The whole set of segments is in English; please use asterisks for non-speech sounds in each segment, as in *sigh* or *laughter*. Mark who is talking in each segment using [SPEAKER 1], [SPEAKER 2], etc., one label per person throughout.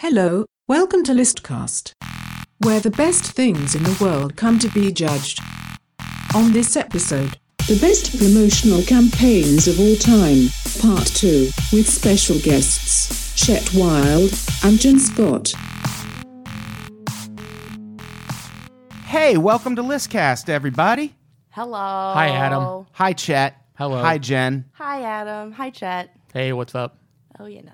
[SPEAKER 1] Hello, welcome to Listcast, where the best things in the world come to be judged. On this episode,
[SPEAKER 2] The best promotional campaigns of all time, part 2, with special guests Chet Wild and Jen Scott.
[SPEAKER 3] Hey, welcome to Listcast, everybody.
[SPEAKER 4] Hello.
[SPEAKER 5] Hi, Adam.
[SPEAKER 3] Hi, Chet.
[SPEAKER 5] Hello.
[SPEAKER 3] Hi, Jen.
[SPEAKER 4] Hi, Adam. Hi, Chet.
[SPEAKER 5] Hey, what's up?
[SPEAKER 4] Oh, you know.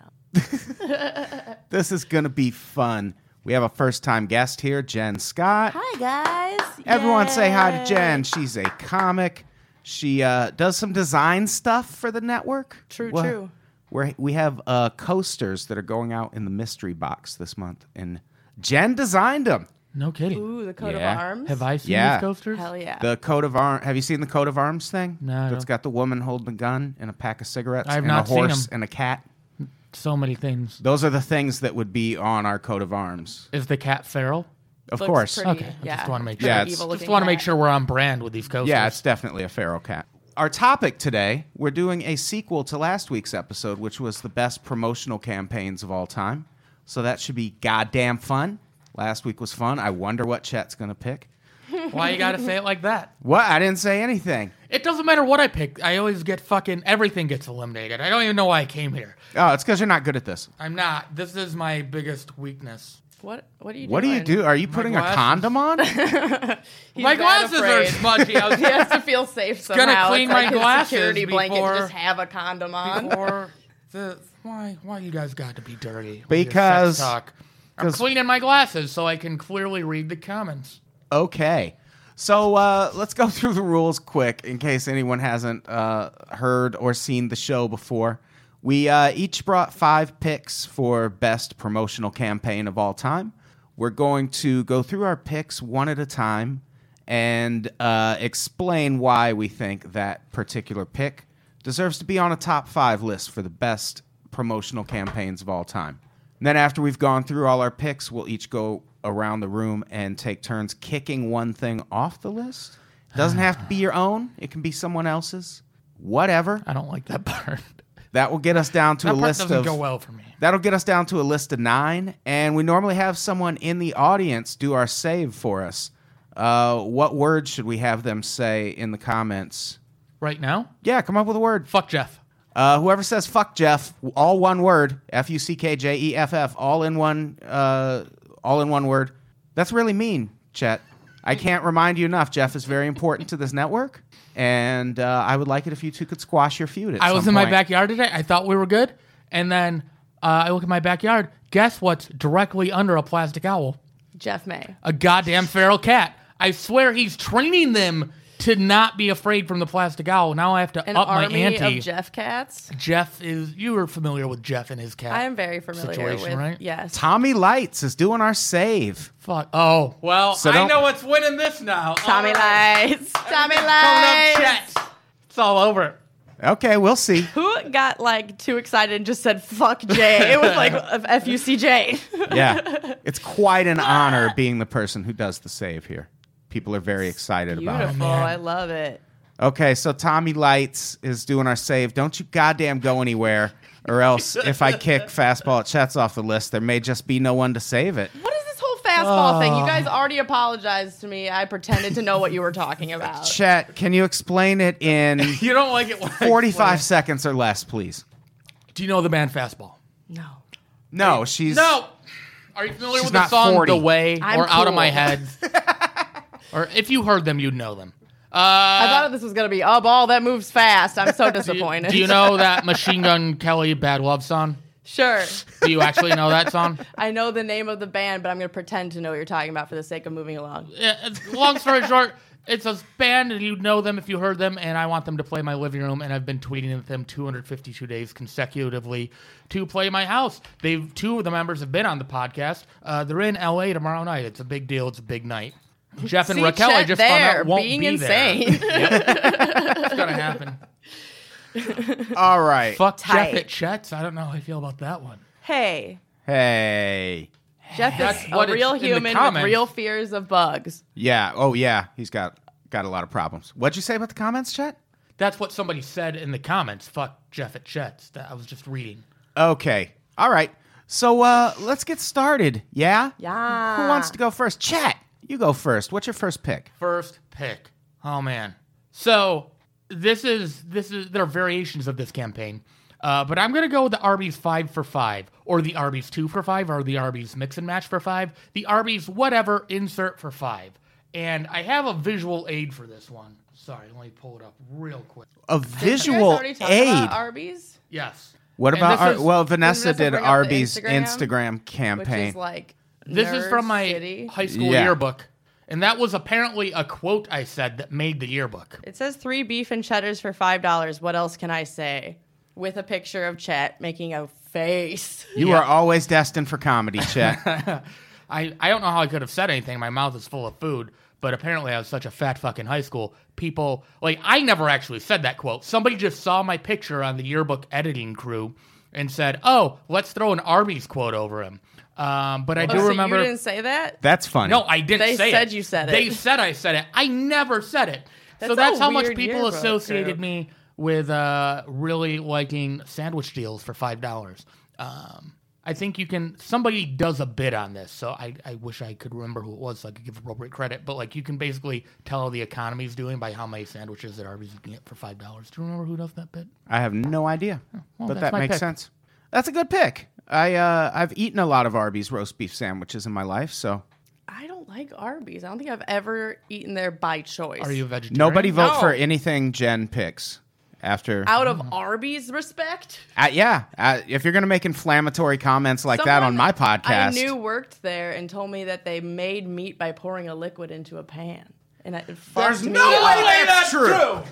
[SPEAKER 3] This is going to be fun. We have a first time guest here, Jen Scott.
[SPEAKER 4] Hi, guys.
[SPEAKER 3] Everyone say hi to
[SPEAKER 4] Yay.
[SPEAKER 3] Jen. She's a comic. She uh, does some design stuff for the network.
[SPEAKER 4] True,
[SPEAKER 3] Well,
[SPEAKER 4] true.
[SPEAKER 3] We're, we have uh, coasters that are going out in the mystery box this month, and Jen designed them.
[SPEAKER 5] No kidding.
[SPEAKER 4] Ooh, the coat
[SPEAKER 3] Yeah.
[SPEAKER 4] of arms.
[SPEAKER 5] Have I seen
[SPEAKER 3] Yeah.
[SPEAKER 5] these coasters?
[SPEAKER 4] Hell yeah.
[SPEAKER 3] The coat of arms. Have you seen the coat of arms thing?
[SPEAKER 5] No, I
[SPEAKER 3] That's
[SPEAKER 5] don't.
[SPEAKER 3] got the woman holding a gun and a pack of cigarettes
[SPEAKER 5] I have
[SPEAKER 3] and
[SPEAKER 5] not
[SPEAKER 3] a
[SPEAKER 5] seen
[SPEAKER 3] horse
[SPEAKER 5] 'em.
[SPEAKER 3] and a cat.
[SPEAKER 5] So many things.
[SPEAKER 3] Those are the things that would be on our coat of arms.
[SPEAKER 5] Is the cat feral?
[SPEAKER 3] Of
[SPEAKER 4] Looks
[SPEAKER 3] course.
[SPEAKER 4] pretty-
[SPEAKER 5] Okay, I
[SPEAKER 4] Yeah.
[SPEAKER 5] just wanna make
[SPEAKER 3] sure. Yeah, it's-
[SPEAKER 4] Evil
[SPEAKER 5] Just want to make sure we're on brand with these coasters.
[SPEAKER 3] Yeah, it's definitely a feral cat. Our topic today, we're doing a sequel to last week's episode, which was the best promotional campaigns of all time. So that should be goddamn fun. Last week was fun. I wonder what Chet's going to pick.
[SPEAKER 5] Why you gotta say it like that?
[SPEAKER 3] What? I didn't say anything.
[SPEAKER 5] It doesn't matter what I pick. I always get fucking everything gets eliminated. I don't even know why I came here.
[SPEAKER 3] Oh, it's because you're not good at this.
[SPEAKER 5] I'm not. This is my biggest weakness.
[SPEAKER 4] What, what are you
[SPEAKER 3] What do
[SPEAKER 4] doing?
[SPEAKER 3] you do? Are you putting a
[SPEAKER 5] glasses.
[SPEAKER 3] condom
[SPEAKER 4] *laughs*
[SPEAKER 3] on?
[SPEAKER 4] He's
[SPEAKER 5] my
[SPEAKER 4] that
[SPEAKER 5] glasses
[SPEAKER 4] afraid.
[SPEAKER 5] are smudgy. I
[SPEAKER 4] *laughs*
[SPEAKER 5] was
[SPEAKER 4] he has to feel safe somehow.
[SPEAKER 5] gonna
[SPEAKER 4] It's
[SPEAKER 5] clean
[SPEAKER 4] like
[SPEAKER 5] my
[SPEAKER 4] his
[SPEAKER 5] glasses
[SPEAKER 4] security blanket
[SPEAKER 5] before-
[SPEAKER 4] to just have a condom on.
[SPEAKER 5] or the why? Why you guys got to be dirty? with your sex
[SPEAKER 3] Because-
[SPEAKER 5] talk. I'm
[SPEAKER 3] 'cause-
[SPEAKER 5] cleaning my glasses so I can clearly read the comments.
[SPEAKER 3] Okay. So uh, let's go *laughs* through the rules quick in case anyone hasn't uh, heard or seen the show before. We uh, each brought five picks for best promotional campaign of all time. We're going to go through our picks one at a time and uh, explain why we think that particular pick deserves to be on a top five list for the best promotional campaigns of all time. And then after we've gone through all our picks, we'll each go around the room and take turns kicking one thing off the list. Doesn't have to be your own. It can be someone else's. Whatever.
[SPEAKER 5] I don't like that *laughs* part.
[SPEAKER 3] That will get us down to
[SPEAKER 5] That
[SPEAKER 3] a
[SPEAKER 5] part
[SPEAKER 3] list
[SPEAKER 5] doesn't
[SPEAKER 3] of
[SPEAKER 5] go well for me.
[SPEAKER 3] That'll get us down to a list of nine, and we normally have someone in the audience do our save for us. Uh, what word should we have them say in the comments?
[SPEAKER 5] Right now,
[SPEAKER 3] Yeah, come up with a word.
[SPEAKER 5] fuck Jeff.
[SPEAKER 3] Uh, whoever says "fuck Jeff," all one word, F U C K J E F F, all in one, uh, all in one word. That's really mean, Chet. I can't remind you enough. Jeff is very important to this network, and uh, I would like it if you two could squash your feud. At
[SPEAKER 5] I
[SPEAKER 3] some
[SPEAKER 5] was in my
[SPEAKER 3] point.
[SPEAKER 5] backyard today. I thought we were good, and then uh, I look at my backyard. Guess what's directly under a plastic owl?
[SPEAKER 4] Jeff May.
[SPEAKER 5] A goddamn feral cat. I swear he's training them to not be afraid from the plastic owl. Now I have to
[SPEAKER 4] An
[SPEAKER 5] up my
[SPEAKER 4] army
[SPEAKER 5] ante.
[SPEAKER 4] of Jeff cats.
[SPEAKER 5] Jeff is. You were familiar with Jeff and his cat.
[SPEAKER 4] I am very familiar
[SPEAKER 5] Situation,
[SPEAKER 4] with.
[SPEAKER 5] right?
[SPEAKER 4] Yes.
[SPEAKER 3] Tommy Lights is doing our save.
[SPEAKER 5] Fuck. Oh well.
[SPEAKER 3] So
[SPEAKER 5] I
[SPEAKER 3] don't-
[SPEAKER 5] know what's winning this now. Uh,
[SPEAKER 4] Tommy
[SPEAKER 5] All right.
[SPEAKER 4] lights. Tommy
[SPEAKER 5] Coming
[SPEAKER 4] lights.
[SPEAKER 5] up, Chet. It's all over.
[SPEAKER 3] Okay, we'll see.
[SPEAKER 5] *laughs*
[SPEAKER 4] Who got like too excited and just said "fuck Jay"? It was *laughs* like F U C J.
[SPEAKER 3] Yeah, it's quite an honor being the person who does the save here. People are very excited about it.
[SPEAKER 4] *laughs* Beautiful. I love it.
[SPEAKER 3] Okay, so Tommy Lights is doing our save. Don't you goddamn go anywhere, or else if I kick fastball at Chet's off the list, there may just be no one to save it.
[SPEAKER 4] What is this whole fastball
[SPEAKER 5] Ah.
[SPEAKER 4] thing? You guys already apologized to me. I pretended to know what you were
[SPEAKER 5] *laughs*
[SPEAKER 4] talking about.
[SPEAKER 3] Chet, can you explain it in
[SPEAKER 5] You don't like it. when I explain
[SPEAKER 3] 45
[SPEAKER 5] it.
[SPEAKER 3] seconds or less, please?
[SPEAKER 5] Do you know the band Fastball?
[SPEAKER 4] No.
[SPEAKER 3] No, she's
[SPEAKER 5] No. Are you familiar
[SPEAKER 3] She's
[SPEAKER 5] with the
[SPEAKER 3] not
[SPEAKER 5] song
[SPEAKER 3] 40.
[SPEAKER 5] "The Way"
[SPEAKER 4] I'm
[SPEAKER 5] or "Out of My
[SPEAKER 4] cool.
[SPEAKER 5] Head"?
[SPEAKER 4] *laughs*
[SPEAKER 5] or if you heard them, you'd know them.
[SPEAKER 4] I thought this was going to be a ball that moves fast. I'm so disappointed.
[SPEAKER 5] *laughs* Do you know that Machine Gun Kelly "Bad Love" song?
[SPEAKER 4] Sure.
[SPEAKER 5] Do you actually know
[SPEAKER 3] *laughs*
[SPEAKER 5] that song?
[SPEAKER 4] I know the name of the band, but I'm going to pretend to know what you're talking about for the sake of moving along.
[SPEAKER 5] Yeah, it's- *laughs* long story short, it's a band, and you'd know them if you heard them. And I want them to play my living room, and I've been tweeting at them 252 days consecutively to play my house. They've two of the members have been on the podcast. Uh, they're in LA tomorrow night. It's a big deal. It's a big night. Jeff and
[SPEAKER 4] See,
[SPEAKER 5] Raquel, I
[SPEAKER 4] Chet
[SPEAKER 5] just
[SPEAKER 4] there,
[SPEAKER 5] found out, won't
[SPEAKER 4] being
[SPEAKER 5] be there. *laughs*
[SPEAKER 4] insane.
[SPEAKER 5] It's gonna happen.
[SPEAKER 3] All right.
[SPEAKER 5] *laughs* Fuck
[SPEAKER 4] Tight.
[SPEAKER 5] Jeff at Chet's. I don't know how I feel about that one.
[SPEAKER 4] hey,
[SPEAKER 3] Hey.
[SPEAKER 4] Jeff
[SPEAKER 5] That's
[SPEAKER 4] is
[SPEAKER 5] what
[SPEAKER 4] a
[SPEAKER 5] it's
[SPEAKER 4] real
[SPEAKER 5] in the
[SPEAKER 4] human with
[SPEAKER 5] comments.
[SPEAKER 4] real fears of bugs.
[SPEAKER 3] Yeah. Oh, yeah. He's got got a lot of problems. What'd you say about the comments, Chet?
[SPEAKER 5] That's what somebody said in the comments. Fuck Jeff at Chet's. That I was just reading.
[SPEAKER 3] Okay. All right. So uh, let's get started. Yeah?
[SPEAKER 4] Yeah.
[SPEAKER 3] Who wants to go first? Chat, you go first. What's your first pick?
[SPEAKER 5] first pick. Oh man. So this is this is there are variations of this campaign. Uh, but I'm gonna go with the Arby's five for five, or the Arby's two for five, or the Arby's mix and match for five, the Arby's whatever insert for five. And I have a visual aid for this one. Sorry, let me pull it up real quick.
[SPEAKER 3] A
[SPEAKER 4] You guys
[SPEAKER 3] visual
[SPEAKER 4] already talked
[SPEAKER 3] aid.
[SPEAKER 4] about Arby's,
[SPEAKER 5] Yes.
[SPEAKER 3] what
[SPEAKER 5] And
[SPEAKER 3] about
[SPEAKER 5] this
[SPEAKER 3] our,
[SPEAKER 5] is-
[SPEAKER 3] well, Vanessa
[SPEAKER 4] Vanessa
[SPEAKER 3] did
[SPEAKER 4] bring up the
[SPEAKER 3] Arby's Instagram,
[SPEAKER 4] Instagram? which
[SPEAKER 3] campaign.
[SPEAKER 4] is like
[SPEAKER 5] This is
[SPEAKER 4] Nerd
[SPEAKER 5] from my
[SPEAKER 4] City.
[SPEAKER 5] high school
[SPEAKER 3] Yeah.
[SPEAKER 5] yearbook. And that was apparently a quote I said that made the yearbook.
[SPEAKER 4] It says three beef and cheddars for five dollars. What else can I say? With a picture of Chet making a face.
[SPEAKER 3] you are always destined for
[SPEAKER 4] *laughs*
[SPEAKER 3] comedy, Chat.
[SPEAKER 5] I, I don't know how I could have said anything. My mouth is full of food, but apparently I was such a fat fuck in high school. People, like, I never actually said that quote. Somebody just saw my picture on the yearbook editing crew and said, oh, let's throw an Arby's quote over him. Um, but I
[SPEAKER 4] Oh,
[SPEAKER 5] do
[SPEAKER 4] so
[SPEAKER 5] remember.
[SPEAKER 4] you didn't say that?
[SPEAKER 3] That's funny.
[SPEAKER 5] No, I didn't
[SPEAKER 4] They
[SPEAKER 5] say
[SPEAKER 4] said
[SPEAKER 5] it.
[SPEAKER 4] you said it.
[SPEAKER 5] They said I said it. I never said it. so
[SPEAKER 4] That's
[SPEAKER 5] that's
[SPEAKER 4] a
[SPEAKER 5] how much
[SPEAKER 4] weird
[SPEAKER 5] people
[SPEAKER 4] yearbook
[SPEAKER 5] associated
[SPEAKER 4] group.
[SPEAKER 5] me with uh, really liking sandwich deals for five dollars. Um, I think you can. Somebody does a bid on this, so I, I wish I could remember who it was, so I could give appropriate credit. But like, you can basically tell how the economy's doing by how many sandwiches that Arby's you can get for five dollars. Do you remember who does that bid?
[SPEAKER 3] I have no idea,
[SPEAKER 4] Oh,
[SPEAKER 3] but
[SPEAKER 5] that's
[SPEAKER 3] that
[SPEAKER 5] my
[SPEAKER 3] makes
[SPEAKER 5] pick.
[SPEAKER 3] sense. That's a good pick. I uh, I've eaten a lot of Arby's roast beef sandwiches in my life, so
[SPEAKER 4] I don't like Arby's. I don't think I've ever eaten there by choice.
[SPEAKER 5] Are you a vegetarian?
[SPEAKER 3] nobody vote
[SPEAKER 4] No.
[SPEAKER 3] for anything Jen picks. After
[SPEAKER 4] out
[SPEAKER 5] Mm-hmm.
[SPEAKER 4] of Arby's respect?
[SPEAKER 3] Uh, yeah, uh, if you're gonna make inflammatory comments like that on
[SPEAKER 4] Someone
[SPEAKER 3] my podcast,
[SPEAKER 4] I knew worked there and told me that they made meat by pouring a liquid into a pan. And I, it fucked me up.
[SPEAKER 3] that's true.
[SPEAKER 4] *laughs*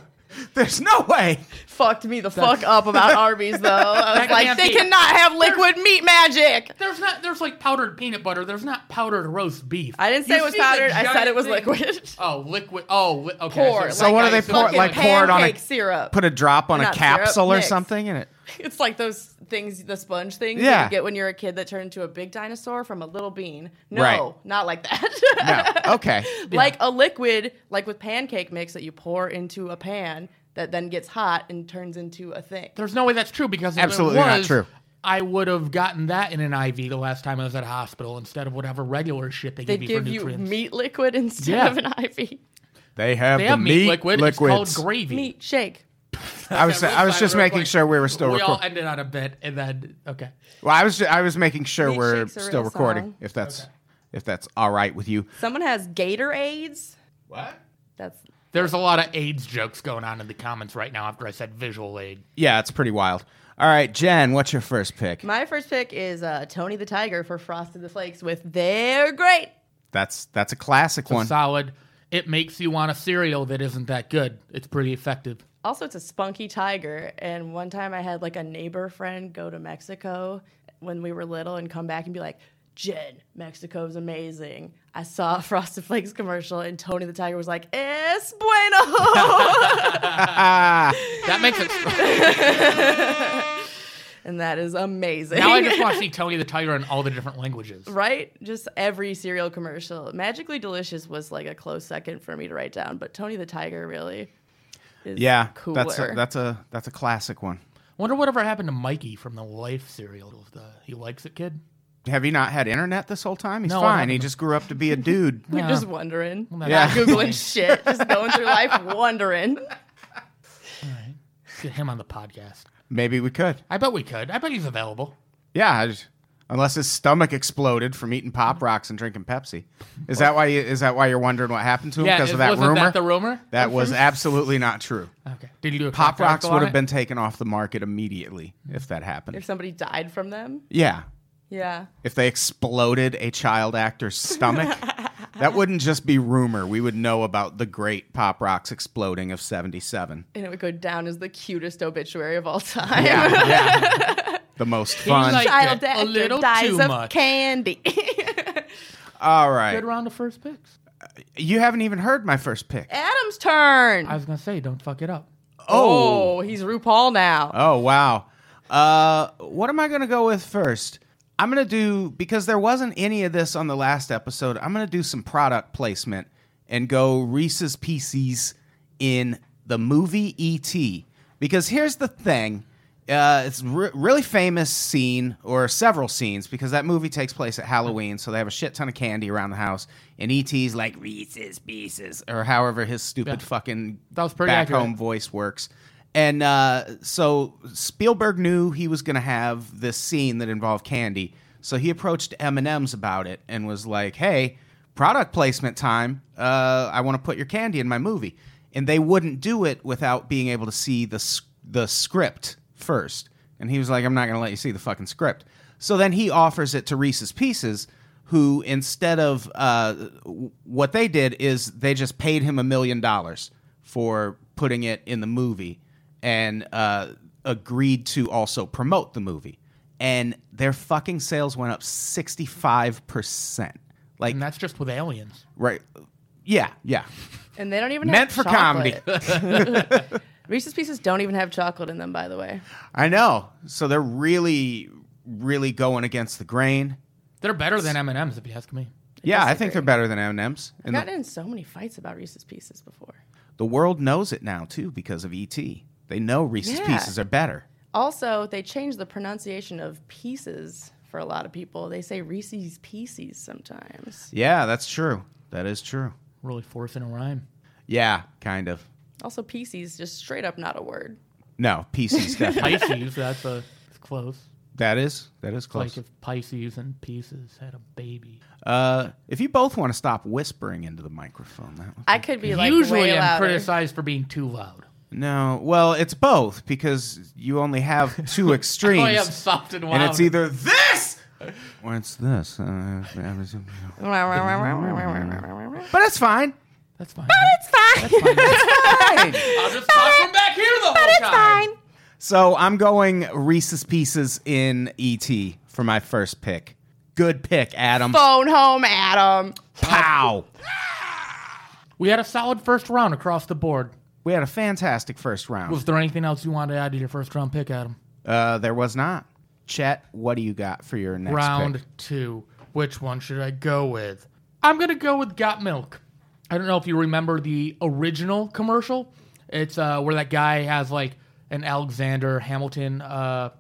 [SPEAKER 3] There's no way.
[SPEAKER 4] fucked me the fuck up
[SPEAKER 5] *laughs*
[SPEAKER 4] about Arby's though. I was
[SPEAKER 5] That
[SPEAKER 4] like,
[SPEAKER 5] can't
[SPEAKER 4] they
[SPEAKER 5] be.
[SPEAKER 4] cannot have liquid meat magic.
[SPEAKER 5] There's not. There's like powdered peanut butter. There's not powdered roast beef.
[SPEAKER 4] I didn't say
[SPEAKER 5] You
[SPEAKER 4] it was
[SPEAKER 5] see the
[SPEAKER 4] powdered, I
[SPEAKER 5] giant
[SPEAKER 4] said it was
[SPEAKER 5] thing-
[SPEAKER 4] liquid. *laughs*
[SPEAKER 5] Oh, liquid. Oh, li- okay.
[SPEAKER 4] Pour.
[SPEAKER 5] So,
[SPEAKER 3] So what
[SPEAKER 4] I
[SPEAKER 3] do they pour?
[SPEAKER 4] fucking
[SPEAKER 3] Like pour it on a
[SPEAKER 4] pancake syrup.
[SPEAKER 3] Put a drop on a
[SPEAKER 4] Not syrup,
[SPEAKER 3] capsule or
[SPEAKER 4] mix.
[SPEAKER 3] something, and it.
[SPEAKER 4] It's like those things, the sponge things that
[SPEAKER 3] Yeah.
[SPEAKER 4] you get when you're a kid that turn into a big dinosaur from a little bean. No,
[SPEAKER 3] Right.
[SPEAKER 4] not like that. *laughs*
[SPEAKER 3] No. Okay.
[SPEAKER 4] Like a liquid, like with pancake mix that you pour into a pan that then gets hot and turns into a thing.
[SPEAKER 5] there's no way that's true because if
[SPEAKER 3] Absolutely
[SPEAKER 5] it
[SPEAKER 3] not
[SPEAKER 5] was,
[SPEAKER 3] true.
[SPEAKER 5] I would have gotten that in an IV the last time I was at a hospital instead of whatever regular shit they,
[SPEAKER 4] They
[SPEAKER 5] give you
[SPEAKER 4] give
[SPEAKER 5] for
[SPEAKER 4] you
[SPEAKER 5] nutrients.
[SPEAKER 4] meat liquid instead
[SPEAKER 5] Yeah.
[SPEAKER 4] of an IV.
[SPEAKER 3] They have
[SPEAKER 5] They
[SPEAKER 3] the
[SPEAKER 5] have meat,
[SPEAKER 3] meat
[SPEAKER 5] liquid.
[SPEAKER 3] liquids.
[SPEAKER 5] It's called gravy.
[SPEAKER 4] Meat shake.
[SPEAKER 3] I was I was just making sure we were still
[SPEAKER 5] We all
[SPEAKER 3] recording.
[SPEAKER 5] ended on a bit, and then okay.
[SPEAKER 3] Well, I was ju- I was making sure
[SPEAKER 4] Meat
[SPEAKER 3] we're
[SPEAKER 4] shakes are
[SPEAKER 3] still
[SPEAKER 4] real
[SPEAKER 3] recording.
[SPEAKER 4] song.
[SPEAKER 3] If that's if that's all right with you.
[SPEAKER 4] Someone has Gatorades.
[SPEAKER 3] What?
[SPEAKER 4] That's
[SPEAKER 5] There's a lot of AIDS jokes going on in the comments right now after I said visual aid.
[SPEAKER 3] Yeah, it's pretty wild. All right, Jen, what's your first pick?
[SPEAKER 4] my first pick is uh, Tony the Tiger for Frosted the Flakes with They're Great.
[SPEAKER 3] That's that's a classic one.
[SPEAKER 5] Solid. It makes you want a cereal that isn't that good. It's pretty effective.
[SPEAKER 4] Also, it's a spunky tiger. And one time I had like a neighbor friend go to Mexico when we were little and come back and be like, Jen, Mexico's amazing. I saw a *laughs* Frosted Flakes commercial and Tony the Tiger was like, Es
[SPEAKER 5] *laughs*
[SPEAKER 4] bueno.
[SPEAKER 5] That makes it.
[SPEAKER 4] and that is amazing.
[SPEAKER 5] now I just want to see Tony the Tiger in all the different
[SPEAKER 4] *laughs*
[SPEAKER 5] languages.
[SPEAKER 4] right? Just every cereal commercial. Magically Delicious was like a close second for me to write down, but Tony the Tiger really is
[SPEAKER 3] Yeah,
[SPEAKER 4] cooler.
[SPEAKER 3] that's a, that's a that's a classic one.
[SPEAKER 5] Wonder whatever happened to Mikey from the Life cereal. Of the He likes it, kid.
[SPEAKER 3] Have you not had internet this whole time? He's
[SPEAKER 5] No, I
[SPEAKER 3] fine. He
[SPEAKER 5] haven't.
[SPEAKER 3] just grew up to be a
[SPEAKER 5] *laughs*
[SPEAKER 3] dude.
[SPEAKER 4] We're just wondering.
[SPEAKER 5] that's
[SPEAKER 4] Not
[SPEAKER 3] Yeah.
[SPEAKER 4] Googling
[SPEAKER 5] *laughs*
[SPEAKER 4] shit. Just going through life wondering. *laughs*
[SPEAKER 5] Let's Get him on the podcast.
[SPEAKER 3] Maybe we could.
[SPEAKER 5] I bet we could. I bet he's available.
[SPEAKER 3] Yeah, I just, unless his stomach exploded from eating pop rocks and drinking Pepsi. Is that why? You, is that why you're wondering what happened to him because of that
[SPEAKER 5] wasn't
[SPEAKER 3] rumor?
[SPEAKER 5] that the rumor?
[SPEAKER 3] that was absolutely not true.
[SPEAKER 5] Okay. Did you do a
[SPEAKER 3] Pop
[SPEAKER 5] cracked
[SPEAKER 3] rocks
[SPEAKER 5] article
[SPEAKER 3] would
[SPEAKER 5] on
[SPEAKER 3] have
[SPEAKER 5] it?
[SPEAKER 3] been taken off the market immediately if that happened.
[SPEAKER 4] If somebody died from them.
[SPEAKER 3] Yeah,
[SPEAKER 4] Yeah.
[SPEAKER 3] if they exploded a child actor's stomach. That wouldn't just be rumor. We would know about the great Pop Rocks exploding of 77.
[SPEAKER 4] And it would go down as the cutest obituary of all time.
[SPEAKER 3] Yeah, yeah. the most fun.
[SPEAKER 5] like-
[SPEAKER 4] *laughs* Child
[SPEAKER 5] A
[SPEAKER 4] actor
[SPEAKER 5] little
[SPEAKER 4] dies
[SPEAKER 5] too
[SPEAKER 4] of
[SPEAKER 5] much.
[SPEAKER 4] candy. *laughs*
[SPEAKER 3] All right.
[SPEAKER 5] Good round of first picks.
[SPEAKER 3] You haven't even heard my first pick.
[SPEAKER 4] Adam's turn.
[SPEAKER 5] I was going to say, don't fuck it up.
[SPEAKER 4] oh, he's RuPaul now.
[SPEAKER 3] Oh wow. Uh, what am I gonna go with first? I'm gonna do because there wasn't any of this on the last episode. I'm gonna do some product placement and go Reese's E Pieces in the movie E.T. Because here's the thing: Uh, it's re- really famous scene or several scenes because that movie takes place at Halloween, so they have a shit ton of candy around the house, and ET's like Reese's Pieces or however his stupid fucking
[SPEAKER 5] That was pretty
[SPEAKER 3] back
[SPEAKER 5] accurate.
[SPEAKER 3] home voice works. And uh, so Spielberg knew he was going to have this scene that involved candy, so he approached M&M's about it and was like, "Hey, product placement time. Uh, I want to put your candy in my movie." And they wouldn't do it without being able to see the s- the script first. And he was like, "I'm not going to let you see the fucking script." So then he offers it to Reese's Pieces, who instead of uh, w- what they did is they just paid him a million dollars for putting it in the movie and uh, agreed to also promote the movie. And their fucking sales went up 65%. Like,
[SPEAKER 5] and that's just with aliens.
[SPEAKER 3] right. Yeah, yeah.
[SPEAKER 4] And they don't even
[SPEAKER 3] Meant for
[SPEAKER 4] have
[SPEAKER 3] comedy.
[SPEAKER 4] comedy.
[SPEAKER 5] *laughs*
[SPEAKER 4] Reese's Pieces don't even have chocolate in them, by the way.
[SPEAKER 3] I know. So they're really, really going against the grain.
[SPEAKER 5] They're better than M and M's if you ask me.
[SPEAKER 3] yeah, I think they're better than M&M's.
[SPEAKER 4] I've
[SPEAKER 3] And the,
[SPEAKER 4] gotten in so many fights about Reese's Pieces before.
[SPEAKER 3] the world knows it now, too, because of E.T. They know Reese's
[SPEAKER 4] Yeah.
[SPEAKER 3] Pieces are better.
[SPEAKER 4] Also, they changed the pronunciation of pieces for a lot of people. They say Reese's Pieces sometimes.
[SPEAKER 3] Yeah, that's true. That is true.
[SPEAKER 5] Really forcing a rhyme.
[SPEAKER 3] Yeah, kind of.
[SPEAKER 4] Also, Pieces, just straight up not a word.
[SPEAKER 3] No, Pieces *laughs* definitely.
[SPEAKER 5] Pisces, that's a it's close.
[SPEAKER 3] that is, that is close.
[SPEAKER 5] Like if Pisces and Pieces had a baby.
[SPEAKER 3] Uh, if you both want to stop whispering into the microphone, that would-
[SPEAKER 4] I could be like
[SPEAKER 5] Usually,
[SPEAKER 4] way
[SPEAKER 5] I'm
[SPEAKER 4] louder.
[SPEAKER 5] criticized for being too loud.
[SPEAKER 3] no, well, it's both because you only have
[SPEAKER 5] *laughs*
[SPEAKER 3] two extremes,
[SPEAKER 5] I am soft and loud.
[SPEAKER 3] and it's either this or it's this. Uh, *laughs*
[SPEAKER 4] *laughs*
[SPEAKER 3] but it's fine.
[SPEAKER 5] that's fine. But *laughs* it's fine. I'll just talk from back here the whole time.
[SPEAKER 3] So I'm going Reese's Pieces in ET for my first pick. Good pick, Adam.
[SPEAKER 4] Phone home, Adam.
[SPEAKER 3] Pow!
[SPEAKER 5] We had a solid first round across the board.
[SPEAKER 3] We had a fantastic first round.
[SPEAKER 5] Was there anything else you wanted to add to your first round pick, Adam?
[SPEAKER 3] Uh, there was not. Chet, what do you got for your next
[SPEAKER 5] round
[SPEAKER 3] pick?
[SPEAKER 5] two. Which one should I go with? I'm gonna go with Got Milk. I don't know if you remember the original commercial. It's uh, where that guy has like an Alexander Hamilton uh,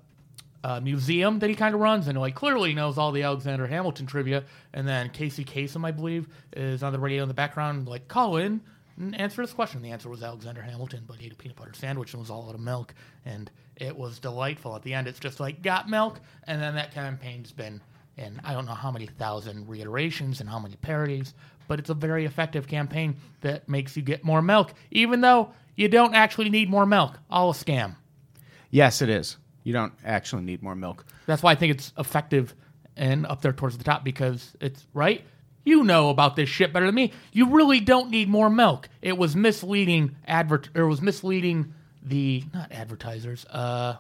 [SPEAKER 5] uh, museum that he kind of runs, and like clearly knows all the Alexander Hamilton trivia. And then Casey Kasem, I believe, is on the radio in the background, like call in and answer this question. The answer was Alexander Hamilton, but he ate a peanut butter sandwich and was all out of milk, and it was delightful. At the end, it's just like got milk, and then that campaign's been in I don't know how many thousand reiterations and how many parodies, but it's a very effective campaign that makes you get more milk, even though you don't actually need more milk. All a scam.
[SPEAKER 3] Yes, it is. You don't actually need more milk.
[SPEAKER 5] That's why I think it's effective and up there towards the top because it's right. You know about this shit better than me. You really don't need more milk. It was misleading advert. Or it was misleading the not advertisers. Uh,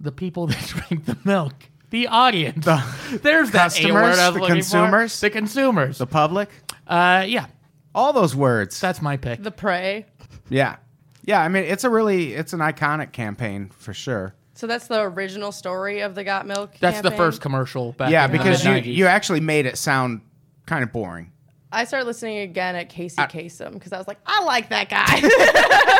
[SPEAKER 5] the people *laughs* that drink the milk, the audience. *laughs* There's that A
[SPEAKER 3] customers,
[SPEAKER 5] word I was
[SPEAKER 3] the
[SPEAKER 5] looking for.
[SPEAKER 3] consumers?
[SPEAKER 5] the consumers.
[SPEAKER 3] The public,
[SPEAKER 5] uh, yeah,
[SPEAKER 3] all those words.
[SPEAKER 5] that's my pick.
[SPEAKER 4] The prey.
[SPEAKER 3] yeah, yeah. I mean, it's a really it's an iconic campaign for sure.
[SPEAKER 4] So that's the original story of the Got Milk.
[SPEAKER 5] that's the
[SPEAKER 4] campaign?
[SPEAKER 5] first commercial. Back
[SPEAKER 3] yeah,
[SPEAKER 5] in the
[SPEAKER 3] because you
[SPEAKER 5] 90s.
[SPEAKER 3] you actually made it sound kind of boring.
[SPEAKER 4] I started listening again at Casey Kasem because I was like, I like that
[SPEAKER 5] *laughs*
[SPEAKER 4] guy.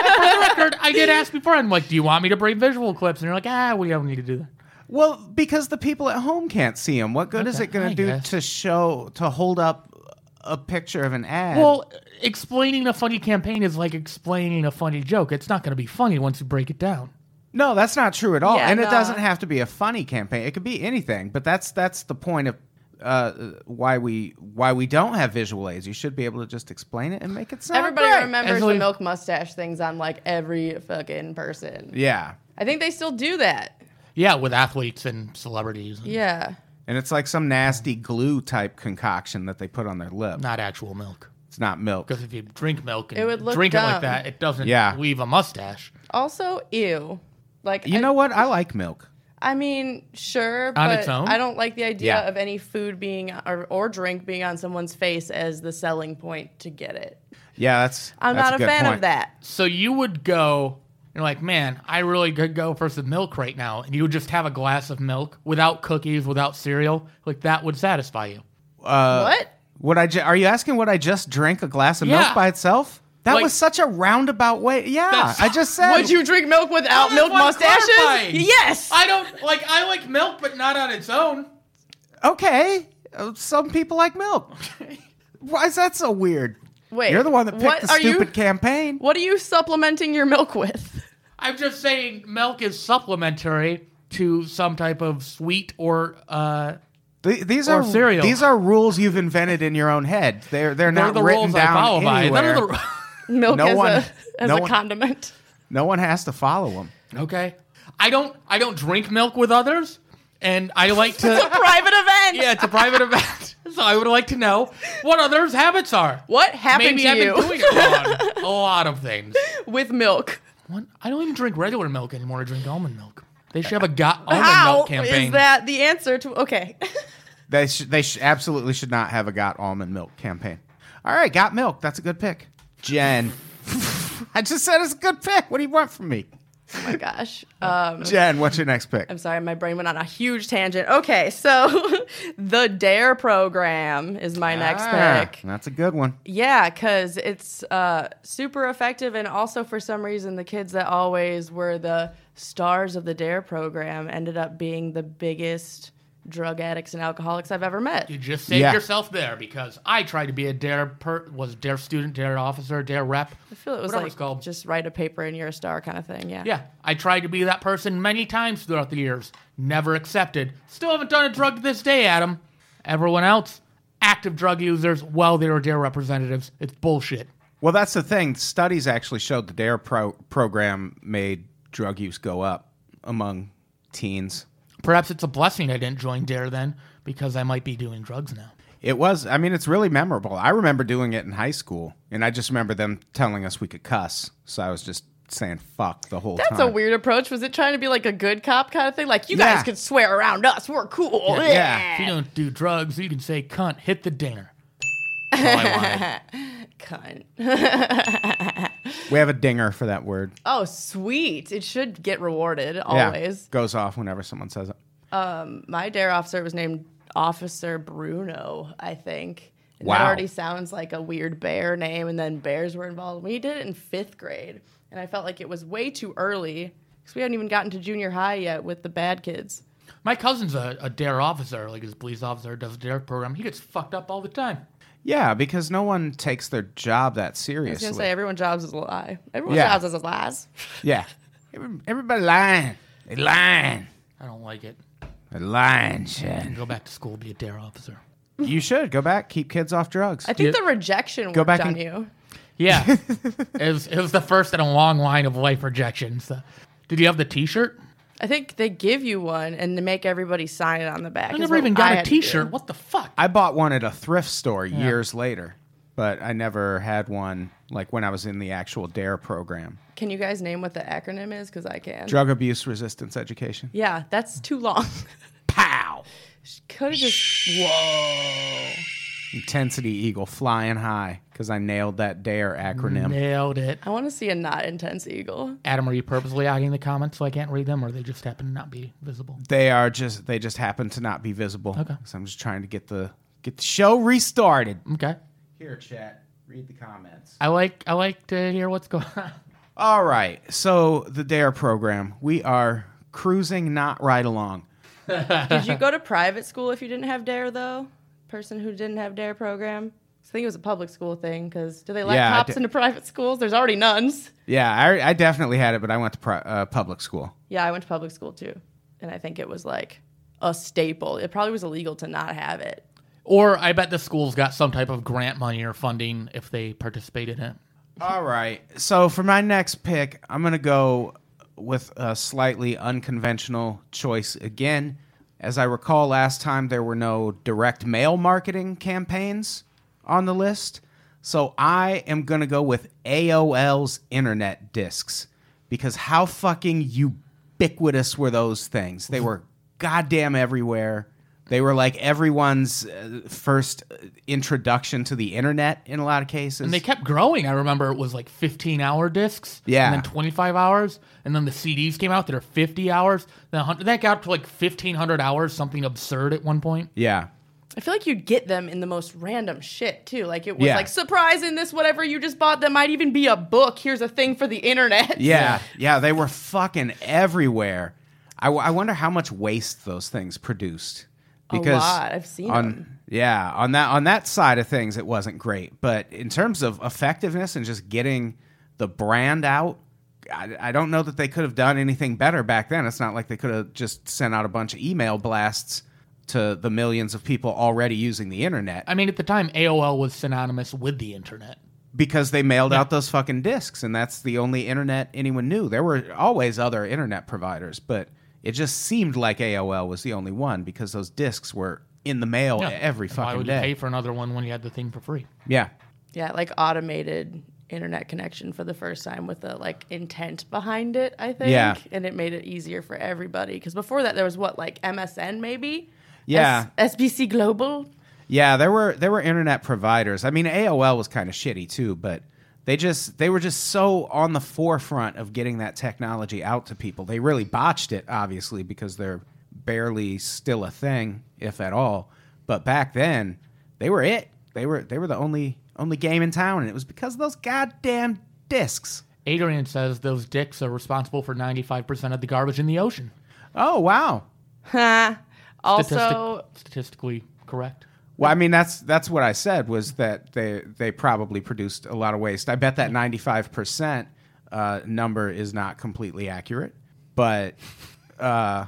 [SPEAKER 5] record. I did ask before. I'm like, do you want me to bring visual clips? And you're like, ah, we don't need to do that.
[SPEAKER 3] Well, because the people at home can't see them. What good is
[SPEAKER 5] Okay,
[SPEAKER 3] it going
[SPEAKER 5] I
[SPEAKER 3] to do
[SPEAKER 5] guess.
[SPEAKER 3] to show to hold up a picture of an ad?
[SPEAKER 5] Well, explaining a funny campaign is like explaining a funny joke. It's not going to be funny once you break it down.
[SPEAKER 3] no, that's not true at all.
[SPEAKER 4] Yeah,
[SPEAKER 3] and it
[SPEAKER 4] no.
[SPEAKER 3] doesn't have to be a funny campaign. It could be anything. But that's that's the point of uh, why we why we don't have visual aids. You should be able to just explain it and make it sound.
[SPEAKER 4] Everybody
[SPEAKER 3] right.
[SPEAKER 4] remembers
[SPEAKER 5] As we-
[SPEAKER 4] the milk mustache things on like every fucking person.
[SPEAKER 3] Yeah,
[SPEAKER 4] I think they still do that.
[SPEAKER 5] Yeah, with athletes and celebrities. and
[SPEAKER 4] Yeah.
[SPEAKER 3] and it's like some nasty glue type concoction that they put on their lip.
[SPEAKER 5] Not actual milk.
[SPEAKER 3] It's not milk.
[SPEAKER 5] Because if you drink milk and
[SPEAKER 4] It would look
[SPEAKER 5] drink it like
[SPEAKER 4] dumb.
[SPEAKER 5] that, it doesn't
[SPEAKER 3] Yeah.
[SPEAKER 5] leave a mustache.
[SPEAKER 4] Also, ew. Like
[SPEAKER 3] You
[SPEAKER 4] I,
[SPEAKER 3] know what? I like milk.
[SPEAKER 4] I mean, sure,
[SPEAKER 5] On
[SPEAKER 4] but
[SPEAKER 5] its own?
[SPEAKER 4] I don't like the idea
[SPEAKER 3] Yeah.
[SPEAKER 4] of any food being or, or drink being on someone's face as the selling point to get it.
[SPEAKER 3] Yeah, that's.
[SPEAKER 4] I'm
[SPEAKER 3] that's
[SPEAKER 4] not a
[SPEAKER 3] good
[SPEAKER 4] fan
[SPEAKER 3] point.
[SPEAKER 4] of that.
[SPEAKER 5] So you would go, you're like, man, I really could go for some milk right now. And you would just have a glass of milk without cookies, without cereal. Like that would satisfy you.
[SPEAKER 3] Uh,
[SPEAKER 4] what?
[SPEAKER 3] What I ju- are you asking? What I just drank a glass of
[SPEAKER 5] Yeah.
[SPEAKER 3] milk by itself? That
[SPEAKER 5] Like-
[SPEAKER 3] was such a roundabout way. Yeah,
[SPEAKER 5] That's-
[SPEAKER 3] I just said.
[SPEAKER 4] Would you drink milk
[SPEAKER 5] Oh,
[SPEAKER 4] without
[SPEAKER 5] that's
[SPEAKER 4] milk
[SPEAKER 5] why I'm
[SPEAKER 4] mustaches?
[SPEAKER 5] clarifying.
[SPEAKER 4] Yes.
[SPEAKER 5] I don't like. I like milk, but not on its own.
[SPEAKER 3] Okay, uh, some people like milk. Why is that so weird?
[SPEAKER 4] Wait,
[SPEAKER 3] you're the one that picked
[SPEAKER 4] what
[SPEAKER 3] the
[SPEAKER 4] are you-
[SPEAKER 3] stupid campaign.
[SPEAKER 4] what are you supplementing your milk with? *laughs*
[SPEAKER 5] I'm just saying milk is supplementary to some type of sweet or uh,
[SPEAKER 3] Th- these
[SPEAKER 5] Or
[SPEAKER 3] are
[SPEAKER 5] cereal.
[SPEAKER 3] these are rules you've invented in your own head. They're they're
[SPEAKER 5] they're
[SPEAKER 3] not
[SPEAKER 5] the
[SPEAKER 3] written
[SPEAKER 5] rules I
[SPEAKER 3] down
[SPEAKER 5] follow by. None
[SPEAKER 3] anywhere.
[SPEAKER 5] of the
[SPEAKER 4] Milk
[SPEAKER 3] No
[SPEAKER 4] as
[SPEAKER 3] one-
[SPEAKER 4] a as
[SPEAKER 3] no
[SPEAKER 4] a
[SPEAKER 3] one-
[SPEAKER 4] condiment.
[SPEAKER 3] no one has to follow them.
[SPEAKER 5] *laughs* Okay. I don't I don't drink milk with others and I
[SPEAKER 4] *laughs*
[SPEAKER 5] like to
[SPEAKER 4] Private event.
[SPEAKER 5] *laughs* Yeah, it's a private event. *laughs* So I would like to know what others' habits are.
[SPEAKER 4] What happened
[SPEAKER 5] Maybe
[SPEAKER 4] to
[SPEAKER 5] I've
[SPEAKER 4] you
[SPEAKER 5] been doing
[SPEAKER 4] *laughs*
[SPEAKER 5] it wrong. A lot of things.
[SPEAKER 3] *laughs*
[SPEAKER 4] with milk?
[SPEAKER 5] What? I don't even drink regular milk anymore. I drink almond milk. They should have a got almond
[SPEAKER 4] How
[SPEAKER 5] milk campaign.
[SPEAKER 4] is that the answer to? Okay, *laughs*
[SPEAKER 3] They sh- they sh- absolutely should not have a got almond milk campaign. All right, got milk. That's a good pick, Jen. *laughs* I just said it's a good pick. What do you want from me,
[SPEAKER 4] oh
[SPEAKER 3] *laughs*
[SPEAKER 4] my gosh. Um,
[SPEAKER 3] Jen? What's your next pick?
[SPEAKER 4] I'm sorry, my brain went on a huge tangent. Okay, so *laughs* the Dare program is my next
[SPEAKER 3] Ah,
[SPEAKER 4] pick.
[SPEAKER 3] that's a good one.
[SPEAKER 4] Yeah, because it's uh, super effective, and also for some reason, the kids that always were the stars of the DARE E program ended up being the biggest drug addicts and alcoholics I've ever met.
[SPEAKER 5] You just saved
[SPEAKER 3] Yeah.
[SPEAKER 5] yourself there because I tried to be a dare per was dare student, dare officer, dare rep.
[SPEAKER 4] I feel it was
[SPEAKER 5] whatever
[SPEAKER 4] like
[SPEAKER 5] it's called.
[SPEAKER 4] just write a paper and you're a star kind of thing. Yeah.
[SPEAKER 5] Yeah, I tried to be that person many times throughout the years. Never accepted. Still haven't done a drug to this day, Adam. Everyone else, active drug users, well, they were DARE representatives. It's bullshit.
[SPEAKER 3] Well, that's the thing. Studies actually showed the DARE pro- program made drug use go up among teens.
[SPEAKER 5] Perhaps it's a blessing I didn't join DARE then because I might be doing drugs now.
[SPEAKER 3] It was, I mean, it's really memorable. I remember doing it in high school, and I just remember them telling us we could cuss. So I was just saying fuck the whole
[SPEAKER 4] That's
[SPEAKER 3] time.
[SPEAKER 4] a weird approach. Was it trying to be like a good cop kind of thing? Like, you
[SPEAKER 3] Yeah.
[SPEAKER 4] guys can swear around us. We're cool.
[SPEAKER 3] Yeah.
[SPEAKER 4] *laughs*
[SPEAKER 5] If you don't do drugs, you can say cunt, hit the dinger. That's all I wanted.
[SPEAKER 4] Cunt.
[SPEAKER 3] We have a dinger for that word.
[SPEAKER 4] Oh, sweet. It should get rewarded
[SPEAKER 3] Yeah.
[SPEAKER 4] always.
[SPEAKER 3] Goes off whenever someone says it.
[SPEAKER 4] My dare officer was named Officer Bruno, I think. And That
[SPEAKER 3] Wow.
[SPEAKER 4] already sounds like a weird bear name. And then bears were involved. We did it in fifth grade. And I felt like it was way too early because we hadn't even gotten to junior high yet with the bad kids.
[SPEAKER 5] My cousin's a, a DARE officer, like his police officer, does a DARE program. He gets fucked up all the time.
[SPEAKER 3] Yeah, because no one takes their job that
[SPEAKER 4] I was
[SPEAKER 3] seriously.
[SPEAKER 4] going to say, everyone jobs is a lie. Everyone
[SPEAKER 3] Yeah.
[SPEAKER 4] jobs is a lies.
[SPEAKER 3] yeah. Every- Everybody lying. They lying.
[SPEAKER 5] I don't like it.
[SPEAKER 3] They lying, shit.
[SPEAKER 5] Go back to school, be a DARE officer.
[SPEAKER 3] you should go back, keep kids off drugs.
[SPEAKER 4] I think
[SPEAKER 5] Yeah.
[SPEAKER 4] the rejection worked
[SPEAKER 3] back
[SPEAKER 4] on
[SPEAKER 3] and-
[SPEAKER 4] you.
[SPEAKER 5] Yeah. it, was, it was the first in a long line of life rejections. Did you have the t shirt?
[SPEAKER 4] I think they give you one and they make everybody sign it on the back.
[SPEAKER 5] I
[SPEAKER 4] is
[SPEAKER 5] never
[SPEAKER 4] what
[SPEAKER 5] even got
[SPEAKER 4] I
[SPEAKER 5] a
[SPEAKER 4] had to do.
[SPEAKER 5] t shirt. What the fuck?
[SPEAKER 3] I bought one at a thrift store years later, but I never had one like when I was in the actual DARE program.
[SPEAKER 4] Can you guys name what the acronym is? Because I can.
[SPEAKER 3] Drug abuse resistance education.
[SPEAKER 4] yeah, that's too long. *laughs*
[SPEAKER 5] Pow!
[SPEAKER 4] Could have just. Whoa.
[SPEAKER 3] Intensity Eagle flying high because I nailed that DARE acronym.
[SPEAKER 5] Nailed it.
[SPEAKER 4] I want to see a not
[SPEAKER 3] *laughs*
[SPEAKER 4] intense eagle.
[SPEAKER 5] Adam, are you purposely hiding the comments so I can't read them, or they just happen to not be visible?
[SPEAKER 3] They are just they just happen to not be visible.
[SPEAKER 5] Okay.
[SPEAKER 3] So I'm just trying to get the get the show restarted.
[SPEAKER 5] Okay.
[SPEAKER 3] Here, chat. Read the comments.
[SPEAKER 5] I like I like to hear what's going on.
[SPEAKER 3] All right. So the DARE program. We are cruising not right along.
[SPEAKER 4] Did you go to private school if you didn't have DARE though? Person who didn't have DARE program. I think it was a public school thing because do they let
[SPEAKER 3] Yeah, I
[SPEAKER 4] cops
[SPEAKER 3] did-
[SPEAKER 4] into private schools? There's already nuns.
[SPEAKER 3] Yeah, I, I definitely had it, but I went to pri- uh, public school.
[SPEAKER 4] Yeah, I went to public school too, and I think it was like a staple. It probably was illegal to not have it.
[SPEAKER 5] *laughs* Or I bet the school's got some type of grant money or funding if they participate in it.
[SPEAKER 3] All right. So for my next pick, I'm going to go with a slightly unconventional choice again. As I recall last time, there were no direct mail marketing campaigns on the list. So I am going to go with AOL's internet discs because how fucking ubiquitous were those things? They were goddamn everywhere. They were like everyone's uh, first uh, introduction to the internet in a lot of cases.
[SPEAKER 5] And they kept growing. I remember it was like 15 hour discs.
[SPEAKER 3] Yeah.
[SPEAKER 5] And then 25 hours. And then the CDs came out that are 50 hours. Then 100, that got up to like 1,500 hours, something absurd at one point.
[SPEAKER 3] Yeah.
[SPEAKER 4] I feel like you get them in the most random shit too. Like it was
[SPEAKER 3] Yeah.
[SPEAKER 4] like surprise in this whatever you just bought that might even be a book. Here's a thing for the internet.
[SPEAKER 3] Yeah, yeah, they were fucking everywhere. I, w- I wonder how much waste those things produced.
[SPEAKER 4] A lot. I've seen
[SPEAKER 3] on
[SPEAKER 4] them.
[SPEAKER 3] yeah on that on that side of things it wasn't great, but in terms of effectiveness and just getting the brand out, I, I don't know that they could have done anything better back then. It's not like they could have just sent out a bunch of email blasts to the millions of people already using the internet
[SPEAKER 5] I mean, at the time, AOL was synonymous with the internet.
[SPEAKER 3] because they mailed out those fucking discs and that's the only internet anyone knew there were always other internet providers but it just seemed like aol was the only one because those discs were in the mail
[SPEAKER 5] Yeah.
[SPEAKER 3] every
[SPEAKER 5] And Why
[SPEAKER 3] fucking
[SPEAKER 5] would
[SPEAKER 3] day
[SPEAKER 5] you pay for another one when you had the thing for free?
[SPEAKER 3] yeah
[SPEAKER 4] Yeah, like automated internet connection for the first time with the like intent behind it, I think.
[SPEAKER 3] Yeah.
[SPEAKER 4] And it made it easier for everybody. Because before that there was what, like MSN maybe?
[SPEAKER 3] Yeah.
[SPEAKER 4] S- SBC Global.
[SPEAKER 3] yeah there were there were internet providers i mean aol was kind of shitty too but they just they were just so on the forefront of getting that technology out to people they really botched it obviously because they're barely still a thing if at all but back then they were it they were they were the only only game in town and it was because of those goddamn discs
[SPEAKER 5] Adrian says those dicks are responsible for 95% of the garbage in the ocean.
[SPEAKER 3] oh wow
[SPEAKER 4] also
[SPEAKER 5] statistically correct.
[SPEAKER 3] Well, I mean, that's that's what I said was that they they probably produced a lot of waste. I bet that ninety five percent uh, number is not completely accurate, but uh,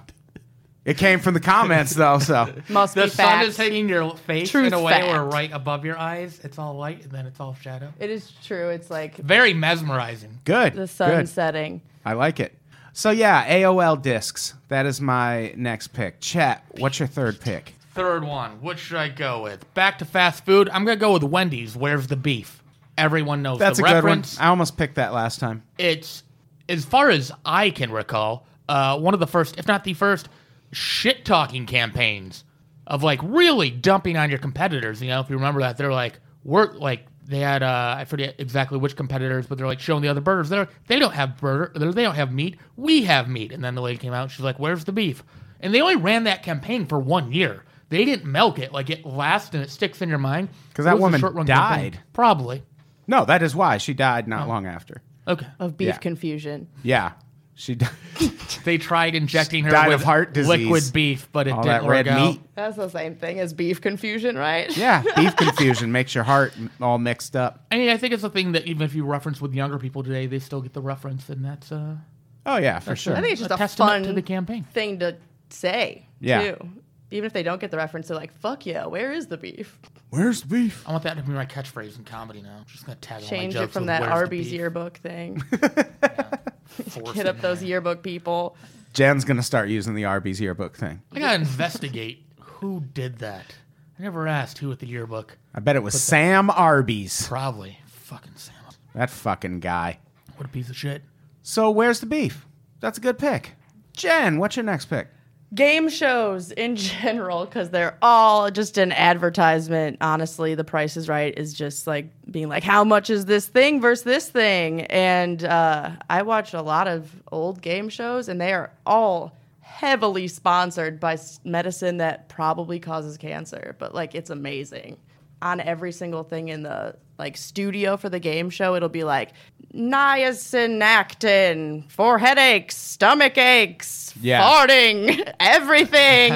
[SPEAKER 3] it came from the comments though.
[SPEAKER 5] *laughs*
[SPEAKER 3] So
[SPEAKER 4] must
[SPEAKER 5] The
[SPEAKER 4] be
[SPEAKER 5] sun
[SPEAKER 4] facts.
[SPEAKER 5] is hitting your face
[SPEAKER 4] Truth
[SPEAKER 5] in a way
[SPEAKER 4] fact.
[SPEAKER 5] where right above your eyes, it's all light and then it's all shadow.
[SPEAKER 4] it is true. It's like
[SPEAKER 5] Very mesmerizing.
[SPEAKER 3] good,
[SPEAKER 4] the sun
[SPEAKER 3] good.
[SPEAKER 4] setting.
[SPEAKER 3] I like it. So yeah, AOL discs. That is my next pick. Chat. What's your third pick?
[SPEAKER 5] Third one, what should I go with? Back to fast food. I'm gonna go with Wendy's. Where's the beef? Everyone knows
[SPEAKER 3] That's
[SPEAKER 5] the
[SPEAKER 3] a good one.
[SPEAKER 5] reference.
[SPEAKER 3] I almost picked that last time.
[SPEAKER 5] It's as far as I can recall, uh, one of the first, if not the first, shit talking campaigns of like really dumping on your competitors. You know, if you remember that, they're like, we're like they had uh, I forget exactly which competitors, but they're like showing the other burgers. They're they don't have burger, they don't have meat. We have meat. And then the lady came out. She's like, "Where's the beef?" And they only ran that campaign for one year. They didn't milk it. Like it lasts and it sticks in your mind.
[SPEAKER 3] 'Cause that
[SPEAKER 5] It was a
[SPEAKER 3] woman
[SPEAKER 5] short-run campaign.
[SPEAKER 3] died.
[SPEAKER 5] Probably.
[SPEAKER 3] No, that is why she died
[SPEAKER 5] Oh.
[SPEAKER 3] not long after.
[SPEAKER 5] Okay.
[SPEAKER 4] of beef
[SPEAKER 3] Yeah.
[SPEAKER 4] confusion.
[SPEAKER 3] Yeah, she
[SPEAKER 5] *laughs*
[SPEAKER 3] died.
[SPEAKER 5] They tried injecting her
[SPEAKER 3] Died
[SPEAKER 5] with
[SPEAKER 3] of heart disease.
[SPEAKER 5] liquid beef, but it
[SPEAKER 3] All
[SPEAKER 5] didn't
[SPEAKER 3] that red
[SPEAKER 5] work out.
[SPEAKER 3] meat.
[SPEAKER 4] That's the same thing as beef confusion, right?
[SPEAKER 3] Yeah, beef confusion makes your heart m- all mixed up.
[SPEAKER 5] I mean, I think it's a thing that even if you reference with younger people today, they still get the reference, and that's uh,
[SPEAKER 3] Oh yeah, for sure.
[SPEAKER 4] I think it's just
[SPEAKER 5] a
[SPEAKER 4] a,
[SPEAKER 5] testament
[SPEAKER 4] fun
[SPEAKER 5] to the campaign.
[SPEAKER 4] thing to say.
[SPEAKER 3] Yeah.
[SPEAKER 4] Too. Even if they don't get the reference, they're like, "Fuck yeah, where is the beef?"
[SPEAKER 3] Where's the beef?
[SPEAKER 5] I want that to be my catchphrase in comedy now. I'm just gonna tag all my
[SPEAKER 4] Change it
[SPEAKER 5] jokes
[SPEAKER 4] from
[SPEAKER 5] with,
[SPEAKER 4] that
[SPEAKER 5] "Where's the
[SPEAKER 4] Arby's *laughs*
[SPEAKER 5] beef?"
[SPEAKER 4] yearbook
[SPEAKER 5] *laughs*
[SPEAKER 4] thing.
[SPEAKER 5] Force
[SPEAKER 4] Hit
[SPEAKER 5] it
[SPEAKER 4] up
[SPEAKER 5] in
[SPEAKER 4] those
[SPEAKER 5] there.
[SPEAKER 4] yearbook people.
[SPEAKER 3] Jen's gonna start using the Arby's yearbook thing.
[SPEAKER 5] I gotta investigate who did that. I never asked who at the yearbook.
[SPEAKER 3] I bet it was Sam Arby's.
[SPEAKER 5] Probably fucking Sam.
[SPEAKER 3] That fucking guy.
[SPEAKER 5] What a piece of shit.
[SPEAKER 3] So where's the beef? That's a good pick. Jen, what's your next pick? *laughs*
[SPEAKER 4] Game shows in *laughs* general, because they're all just an advertisement. Honestly, The Price is Right is just like being like, how much is this thing versus this thing? And uh, I watch a lot of old game shows, and they are all heavily sponsored by s- medicine that probably causes cancer, but like it's amazing. on every single thing in the like studio for the game show. It'll be like niacinactin for headaches, stomach aches,
[SPEAKER 3] Yeah.
[SPEAKER 4] farting,
[SPEAKER 3] *laughs*
[SPEAKER 4] everything.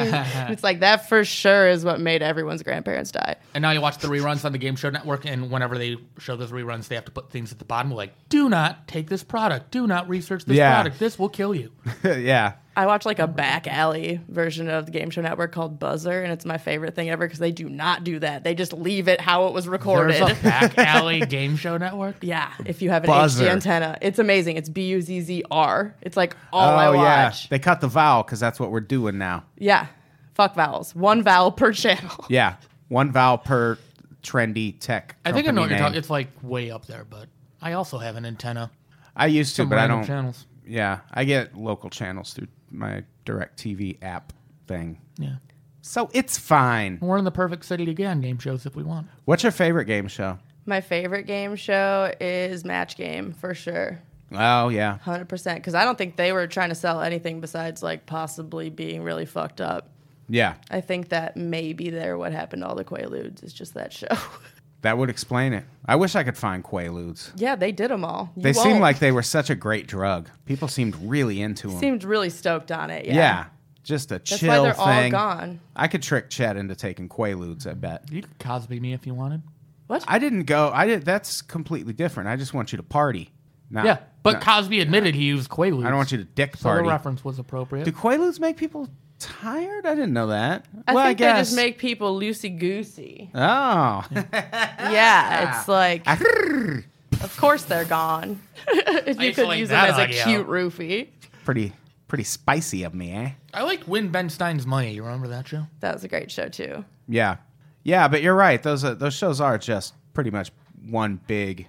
[SPEAKER 4] it's like that for sure is what made everyone's grandparents die.
[SPEAKER 5] And now you watch the reruns on the Game Show Network, and whenever they show those reruns, they have to put things at the bottom like, "Do not take this product. Do not research this
[SPEAKER 3] Yeah.
[SPEAKER 5] product. This will kill you."
[SPEAKER 3] yeah.
[SPEAKER 4] I watch like a back alley version of the Game Show Network called Buzzer, and it's my favorite thing ever because they do not do that. They just leave it how it was recorded.
[SPEAKER 5] There's a *laughs* back alley Game Show Network.
[SPEAKER 4] *laughs* yeah, if you have an
[SPEAKER 3] Buzzer.
[SPEAKER 4] HD antenna, it's amazing. It's B U Z Z R. It's like all I
[SPEAKER 3] oh yeah.
[SPEAKER 4] watch.
[SPEAKER 3] They cut the vowel because that's what we're doing now.
[SPEAKER 4] Yeah. Fuck vowels. One vowel per *laughs* channel.
[SPEAKER 3] Yeah. One vowel per trendy tech.
[SPEAKER 5] I think I know what
[SPEAKER 3] company
[SPEAKER 5] you're talking.
[SPEAKER 3] name.
[SPEAKER 5] It's like way up there, but I also have an antenna.
[SPEAKER 3] I used to,
[SPEAKER 5] Some
[SPEAKER 3] but I
[SPEAKER 5] random
[SPEAKER 3] don't.
[SPEAKER 5] channels.
[SPEAKER 3] Yeah, I get local channels through my Direct TV app thing,
[SPEAKER 5] Yeah,
[SPEAKER 3] so it's fine.
[SPEAKER 5] we're in the perfect city to get on game shows if we want.
[SPEAKER 3] What's your favorite game show?
[SPEAKER 4] My favorite game show is Match Game for sure.
[SPEAKER 3] Oh yeah,
[SPEAKER 4] 100%. Because I don't think they were trying to sell anything besides like possibly being really fucked up.
[SPEAKER 3] Yeah,
[SPEAKER 4] I think that maybe there what happened to all the Quaaludes is just that show. *laughs*
[SPEAKER 3] that would explain it. I wish I could find Quaaludes.
[SPEAKER 4] yeah, they did them all. You
[SPEAKER 3] They seemed
[SPEAKER 4] won't.
[SPEAKER 3] like they were such a great drug. People seemed really into them.
[SPEAKER 4] seemed really stoked on it. Yeah.
[SPEAKER 3] yeah. just a
[SPEAKER 4] That's
[SPEAKER 3] chill
[SPEAKER 4] why they're all
[SPEAKER 3] thing.
[SPEAKER 4] gone.
[SPEAKER 3] I could trick Chet into taking Quaaludes. I bet.
[SPEAKER 5] You could Cosby me if you wanted.
[SPEAKER 3] I didn't go. I did. That's completely different. I just want you to party. Not,
[SPEAKER 5] yeah, but
[SPEAKER 3] not-
[SPEAKER 5] Cosby admitted he used Quaaludes.
[SPEAKER 3] I don't want you to dick
[SPEAKER 5] So the
[SPEAKER 3] party.
[SPEAKER 5] reference was appropriate.
[SPEAKER 3] Do Quaaludes make people tired? I didn't know that.
[SPEAKER 4] I
[SPEAKER 3] well,
[SPEAKER 4] think
[SPEAKER 3] I guess.
[SPEAKER 4] they just make people loosey goosey.
[SPEAKER 3] Oh, *laughs*
[SPEAKER 4] yeah, it's like of course they're gone. *laughs* if you could
[SPEAKER 5] Isolate
[SPEAKER 4] use them
[SPEAKER 5] that
[SPEAKER 4] as a
[SPEAKER 5] audio.
[SPEAKER 4] cute roofie.
[SPEAKER 3] pretty, pretty spicy of me, eh?
[SPEAKER 5] I liked Win Ben Stein's Money. You remember that show?
[SPEAKER 4] That was a great show too.
[SPEAKER 3] Yeah, yeah. But you're right. Those uh, those shows are just pretty much one big.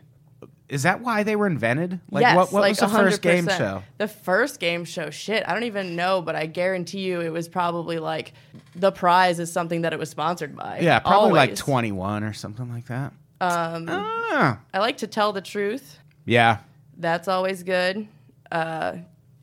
[SPEAKER 3] Is that why they were invented? Like
[SPEAKER 4] yes,
[SPEAKER 3] what? What
[SPEAKER 4] like
[SPEAKER 3] was the first game
[SPEAKER 4] 100%.
[SPEAKER 3] show?
[SPEAKER 4] The first game show, shit. I don't even know, but I guarantee you it was probably like the prize is something that it was sponsored by.
[SPEAKER 3] Yeah, probably like
[SPEAKER 4] Always.
[SPEAKER 3] 21 or something like that. Um.
[SPEAKER 4] I like to tell the truth.
[SPEAKER 3] Yeah.
[SPEAKER 4] That's always good. Uh,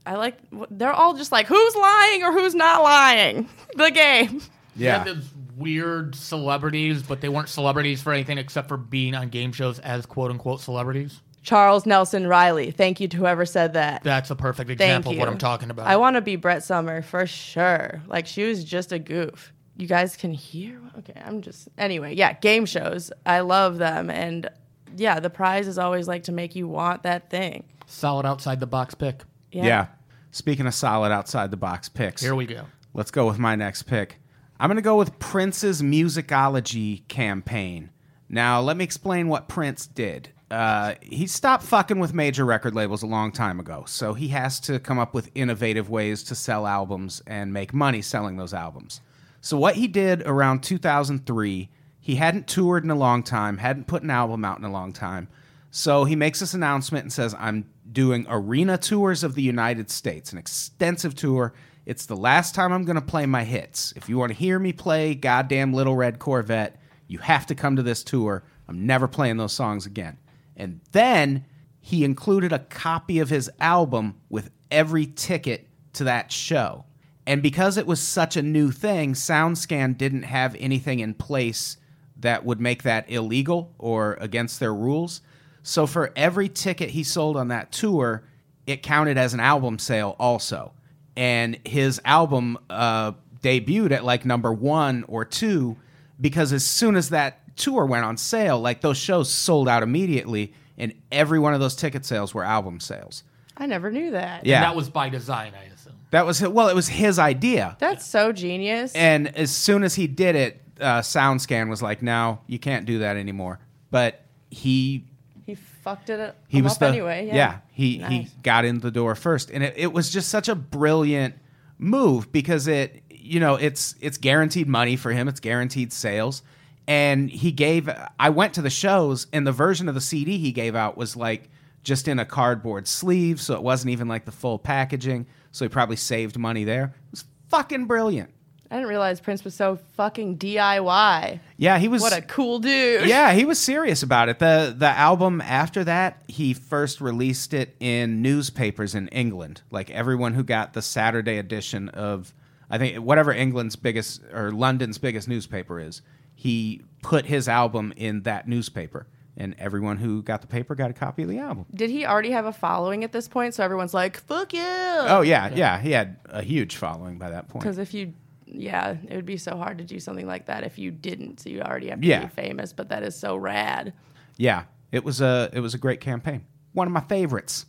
[SPEAKER 4] I like. They're all just like who's lying or who's not lying. *laughs* The game.
[SPEAKER 3] Yeah.
[SPEAKER 5] They had those weird celebrities, but they weren't celebrities for anything except for being on game shows as quote unquote celebrities.
[SPEAKER 4] Charles Nelson Riley. Thank you to whoever said that.
[SPEAKER 5] That's a perfect
[SPEAKER 4] Thank
[SPEAKER 5] example
[SPEAKER 4] you.
[SPEAKER 5] of what I'm talking about.
[SPEAKER 4] I want to be Brett Summer for sure. Like she was just a goof. You guys can hear. Okay, I'm just anyway. Yeah, game shows. I love them, and yeah, the prize is always like to make you want that thing.
[SPEAKER 5] Solid outside the box pick.
[SPEAKER 4] Yeah.
[SPEAKER 3] Yeah. Speaking of solid outside the box picks,
[SPEAKER 5] Here we go.
[SPEAKER 3] let's go with my next pick. I'm going to go with Prince's musicology campaign. Now, let me explain what Prince did. Uh, he stopped fucking with major record labels a long time ago, so he has to come up with innovative ways to sell albums and make money selling those albums. So, what he did around 2003, he hadn't toured in a long time, hadn't put an album out in a long time. So he makes this announcement and says, I'm doing arena tours of the United States, an extensive tour. It's the last time I'm going to play my hits. If you want to hear me play Goddamn Little Red Corvette, you have to come to this tour. I'm never playing those songs again. And then he included a copy of his album with every ticket to that show. And because it was such a new thing, SoundScan didn't have anything in place that would make that illegal or against their rules. So for every ticket he sold on that tour, it counted as an album sale also. And his album uh, debuted at like number one or two because as soon as that tour went on sale, like those shows sold out immediately, and every one of those ticket sales were album sales.
[SPEAKER 4] I never knew that.
[SPEAKER 3] Yeah,
[SPEAKER 5] That was by design, I assume.
[SPEAKER 3] that was well, it was his idea.
[SPEAKER 4] that's so genius.
[SPEAKER 3] And as soon as he did it, uh, SoundScan was like, "No, you can't do that anymore." But he
[SPEAKER 4] he fucked it up,
[SPEAKER 3] he
[SPEAKER 4] him
[SPEAKER 3] was
[SPEAKER 4] up
[SPEAKER 3] the
[SPEAKER 4] anyway. Yeah,
[SPEAKER 3] he he
[SPEAKER 4] Nice.
[SPEAKER 3] got in the door first, and it, it was just such a brilliant move because it you know it's it's guaranteed money for him, it's guaranteed sales, and he gave. I went to the shows, and the version of the CD he gave out was like just in a cardboard sleeve, so it wasn't even like the full packaging. So he probably saved money there. It was fucking brilliant.
[SPEAKER 4] I didn't realize Prince was so fucking DIY.
[SPEAKER 3] Yeah, he was
[SPEAKER 4] What a cool *laughs* dude.
[SPEAKER 3] yeah, he was serious about it. the The album after that, he first released it in newspapers in England. Like everyone who got the Saturday edition of, I think whatever England's biggest or London's biggest newspaper is, he put his album in that newspaper, and everyone who got the paper got a copy of the album.
[SPEAKER 4] Did he already have a following at this point? So everyone's like, "Fuck you."
[SPEAKER 3] Oh yeah, yeah, he had a huge following by that point.
[SPEAKER 4] Because if you, yeah, it would be so hard to do something like that if you didn't. So you already have to
[SPEAKER 3] Yeah.
[SPEAKER 4] be famous, but that is so rad.
[SPEAKER 3] Yeah, it was a it was a great campaign. One of my favorites.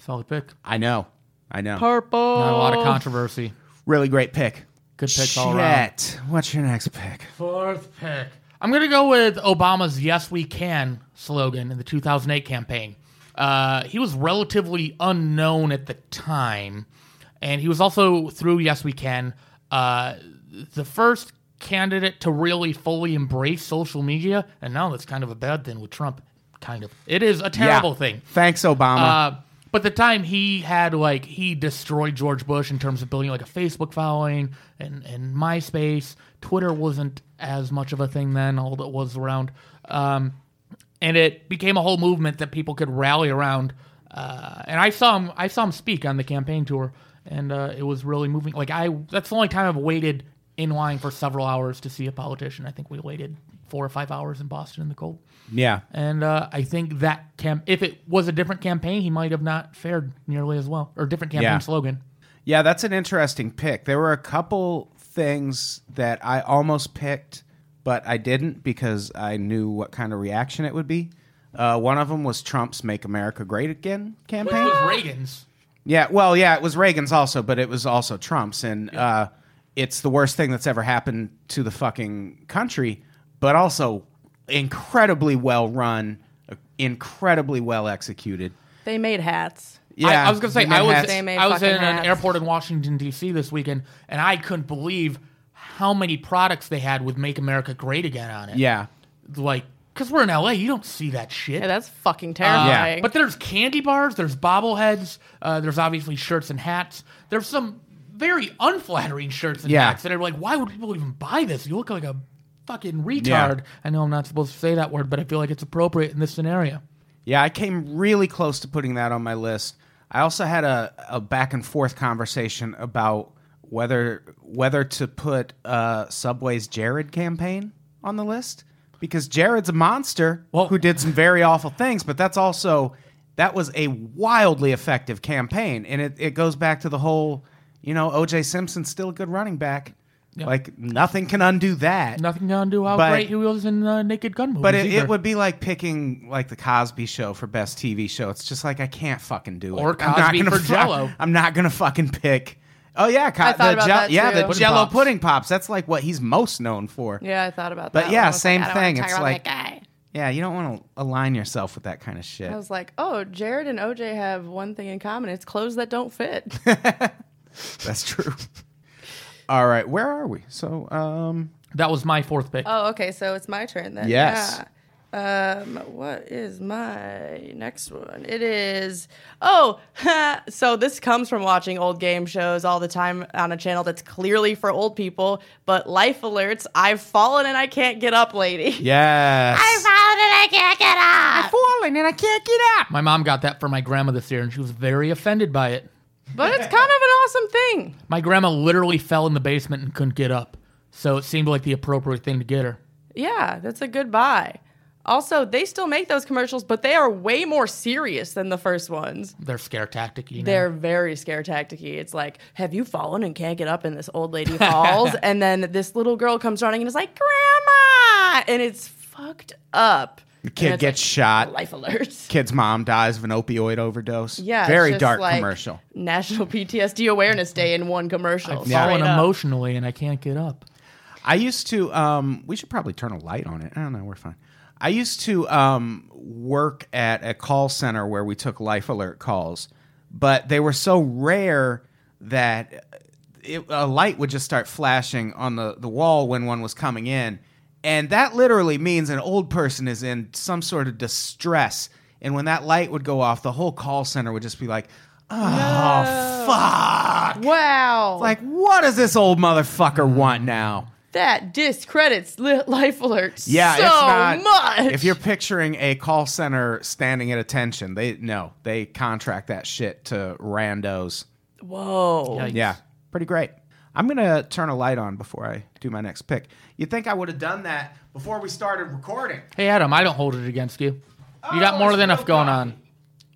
[SPEAKER 5] Solid pick.
[SPEAKER 3] I know, I know.
[SPEAKER 4] Purple.
[SPEAKER 5] Not a lot of controversy.
[SPEAKER 3] really great pick.
[SPEAKER 5] Good picks
[SPEAKER 3] Shit.
[SPEAKER 5] all around.
[SPEAKER 3] What's your next pick?
[SPEAKER 5] Fourth pick. I'm going to go with Obama's Yes We Can slogan in the 2008 campaign. Uh, he was relatively unknown at the time, and he was also, through Yes We Can, uh, the first candidate to really fully embrace social media. And now that's kind of a bad thing with Trump. Kind of. It is a terrible
[SPEAKER 3] Yeah.
[SPEAKER 5] thing.
[SPEAKER 3] Thanks, Obama.
[SPEAKER 5] Uh, but the time he had like he destroyed George Bush in terms of building like a Facebook following and and MySpace. Twitter wasn't as much of a thing then, although it was around. Um, and it became a whole movement that people could rally around. Uh, and I saw him. I saw him speak on the campaign tour, and uh, it was really moving. Like I, that's the only time I've waited in line for several hours to see a politician. I think we waited four or five hours in Boston in the cold.
[SPEAKER 3] Yeah.
[SPEAKER 5] And uh, I think that camp, if it was a different campaign, he might have not fared nearly as well, or different campaign
[SPEAKER 3] Yeah.
[SPEAKER 5] slogan.
[SPEAKER 3] Yeah, that's an interesting pick. There were a couple things that I almost picked, but I didn't because I knew what kind of reaction it would be. Uh, one of them was Trump's "Make America Great Again"
[SPEAKER 5] Which
[SPEAKER 3] campaign.
[SPEAKER 5] was Reagan's.
[SPEAKER 3] Yeah, well, yeah, it was Reagan's also, but it was also Trump's, and uh, it's the worst thing that's ever happened to the fucking country, but also incredibly well run, incredibly well executed.
[SPEAKER 4] They made hats.
[SPEAKER 3] Yeah,
[SPEAKER 5] I, I was gonna say I was
[SPEAKER 3] Manhattan-
[SPEAKER 4] They made
[SPEAKER 5] I was in
[SPEAKER 4] fucking
[SPEAKER 5] an
[SPEAKER 4] hats.
[SPEAKER 5] airport in Washington D.C. this weekend, and I couldn't believe how many products they had with "Make America Great Again" on it.
[SPEAKER 3] yeah,
[SPEAKER 5] like because we're in L.A., you don't see that shit.
[SPEAKER 4] Yeah, that's fucking
[SPEAKER 5] Uh,
[SPEAKER 4] terrifying.
[SPEAKER 5] But there's candy bars, there's bobbleheads, uh, there's obviously shirts and hats. There's some very unflattering shirts and
[SPEAKER 3] Yeah.
[SPEAKER 5] hats that are like, why would people even buy this? You look like a fucking retard.
[SPEAKER 3] Yeah.
[SPEAKER 5] I know I'm not supposed to say that word, but I feel like it's appropriate in this scenario.
[SPEAKER 3] Yeah, I came really close to putting that on my list. I also had a, a back and forth conversation about whether whether to put uh, Subway's Jared campaign on the list because Jared's a monster
[SPEAKER 5] Well-
[SPEAKER 3] who did some very awful things, but that's also that was a wildly effective campaign, and it, it goes back to the whole you know OJ Simpson's still a good running back. Like nothing can undo that.
[SPEAKER 5] Nothing to undo how
[SPEAKER 3] But-
[SPEAKER 5] great he was in uh, Naked Gun movies.
[SPEAKER 3] But it,
[SPEAKER 5] either.
[SPEAKER 3] it would be like picking like the Cosby Show for best TV show. It's just like I can't fucking do it.
[SPEAKER 5] Or
[SPEAKER 3] I'm not
[SPEAKER 5] Cosby
[SPEAKER 3] gonna
[SPEAKER 5] for
[SPEAKER 3] fuck-
[SPEAKER 5] Jell-O.
[SPEAKER 3] *laughs* I'm not gonna fucking pick. Oh yeah, Co-
[SPEAKER 4] I thought
[SPEAKER 3] the
[SPEAKER 4] about that
[SPEAKER 3] yeah,
[SPEAKER 4] too.
[SPEAKER 3] the
[SPEAKER 4] Pudding
[SPEAKER 3] Jello
[SPEAKER 5] pops.
[SPEAKER 3] pudding pops. That's like what he's most known for. Yeah,
[SPEAKER 4] yeah, I thought about
[SPEAKER 3] But
[SPEAKER 4] that.
[SPEAKER 3] yeah,
[SPEAKER 4] one. I was
[SPEAKER 3] same
[SPEAKER 4] like, I don't wanna
[SPEAKER 3] thing.
[SPEAKER 4] talk
[SPEAKER 3] It's
[SPEAKER 4] about
[SPEAKER 3] like-
[SPEAKER 4] that guy.
[SPEAKER 3] you don't want to align yourself with that kind of shit.
[SPEAKER 4] I was like, oh, Jared and OJ have one thing in common. It's clothes that
[SPEAKER 3] *laughs*
[SPEAKER 4] don't fit.
[SPEAKER 3] That's true. *laughs* All right, where are we? So, um,
[SPEAKER 5] that was my fourth pick.
[SPEAKER 4] oh, okay. So it's my turn then.
[SPEAKER 3] Yes.
[SPEAKER 4] Yeah. Um, what is my next one? It is oh, *laughs* so this comes from watching old game shows all the time on a channel that's clearly for old people. But life alerts, I've fallen and I can't get up, lady. *laughs*
[SPEAKER 3] yes,
[SPEAKER 5] my mom got that for my grandma this year, and she was very offended by it.
[SPEAKER 4] But it's kind of an awesome thing.
[SPEAKER 5] My grandma literally fell in the basement and couldn't get up, so it seemed like the appropriate thing to get her.
[SPEAKER 4] Yeah, that's a good buy. Also, they still make those commercials, but they are way more serious than the first ones.
[SPEAKER 5] Their scare tactic, you know.
[SPEAKER 4] They're very scare tacticy. It's like, have you fallen and can't get up? And this old lady
[SPEAKER 3] *laughs*
[SPEAKER 4] falls, and then this little girl comes running and is like, "Grandma!" And it's fucked up.
[SPEAKER 3] the kid gets shot.
[SPEAKER 4] *laughs* Life alerts.
[SPEAKER 3] Kid's mom dies of an opioid overdose.
[SPEAKER 4] Yeah, it's
[SPEAKER 3] very
[SPEAKER 4] just
[SPEAKER 3] dark
[SPEAKER 4] like
[SPEAKER 3] commercial.
[SPEAKER 4] National PTSD Awareness Day in one commercial.
[SPEAKER 5] yeah. fallen
[SPEAKER 4] Straight up.
[SPEAKER 5] emotionally and I can't get up.
[SPEAKER 3] I used to. Um, we should probably turn a light on it. I don't know. We're fine. I used to um, work at a call center where we took life alert calls, but they were so rare that it, a light would just start flashing on the, the wall when one was coming in. And that literally means an old person is in some sort of distress. And when that light would go off, the whole call center would just be like, oh, fuck.
[SPEAKER 4] Wow.
[SPEAKER 3] Like, what does this old motherfucker want now?
[SPEAKER 4] that discredits li- life alerts
[SPEAKER 3] Yeah,
[SPEAKER 4] so
[SPEAKER 3] it's not.
[SPEAKER 4] much.
[SPEAKER 3] If you're picturing a call center standing at attention, they no, they contract that shit to randos.
[SPEAKER 4] Whoa.
[SPEAKER 5] Yikes.
[SPEAKER 3] Yeah, pretty great. I'm gonna turn a light on before I do my next pick. You'd think I would have done that before we started recording.
[SPEAKER 5] Hey Adam, I don't hold it against you. You got more
[SPEAKER 3] it's
[SPEAKER 5] than enough
[SPEAKER 3] no
[SPEAKER 5] going
[SPEAKER 3] coffee.
[SPEAKER 5] on.
[SPEAKER 4] Oh,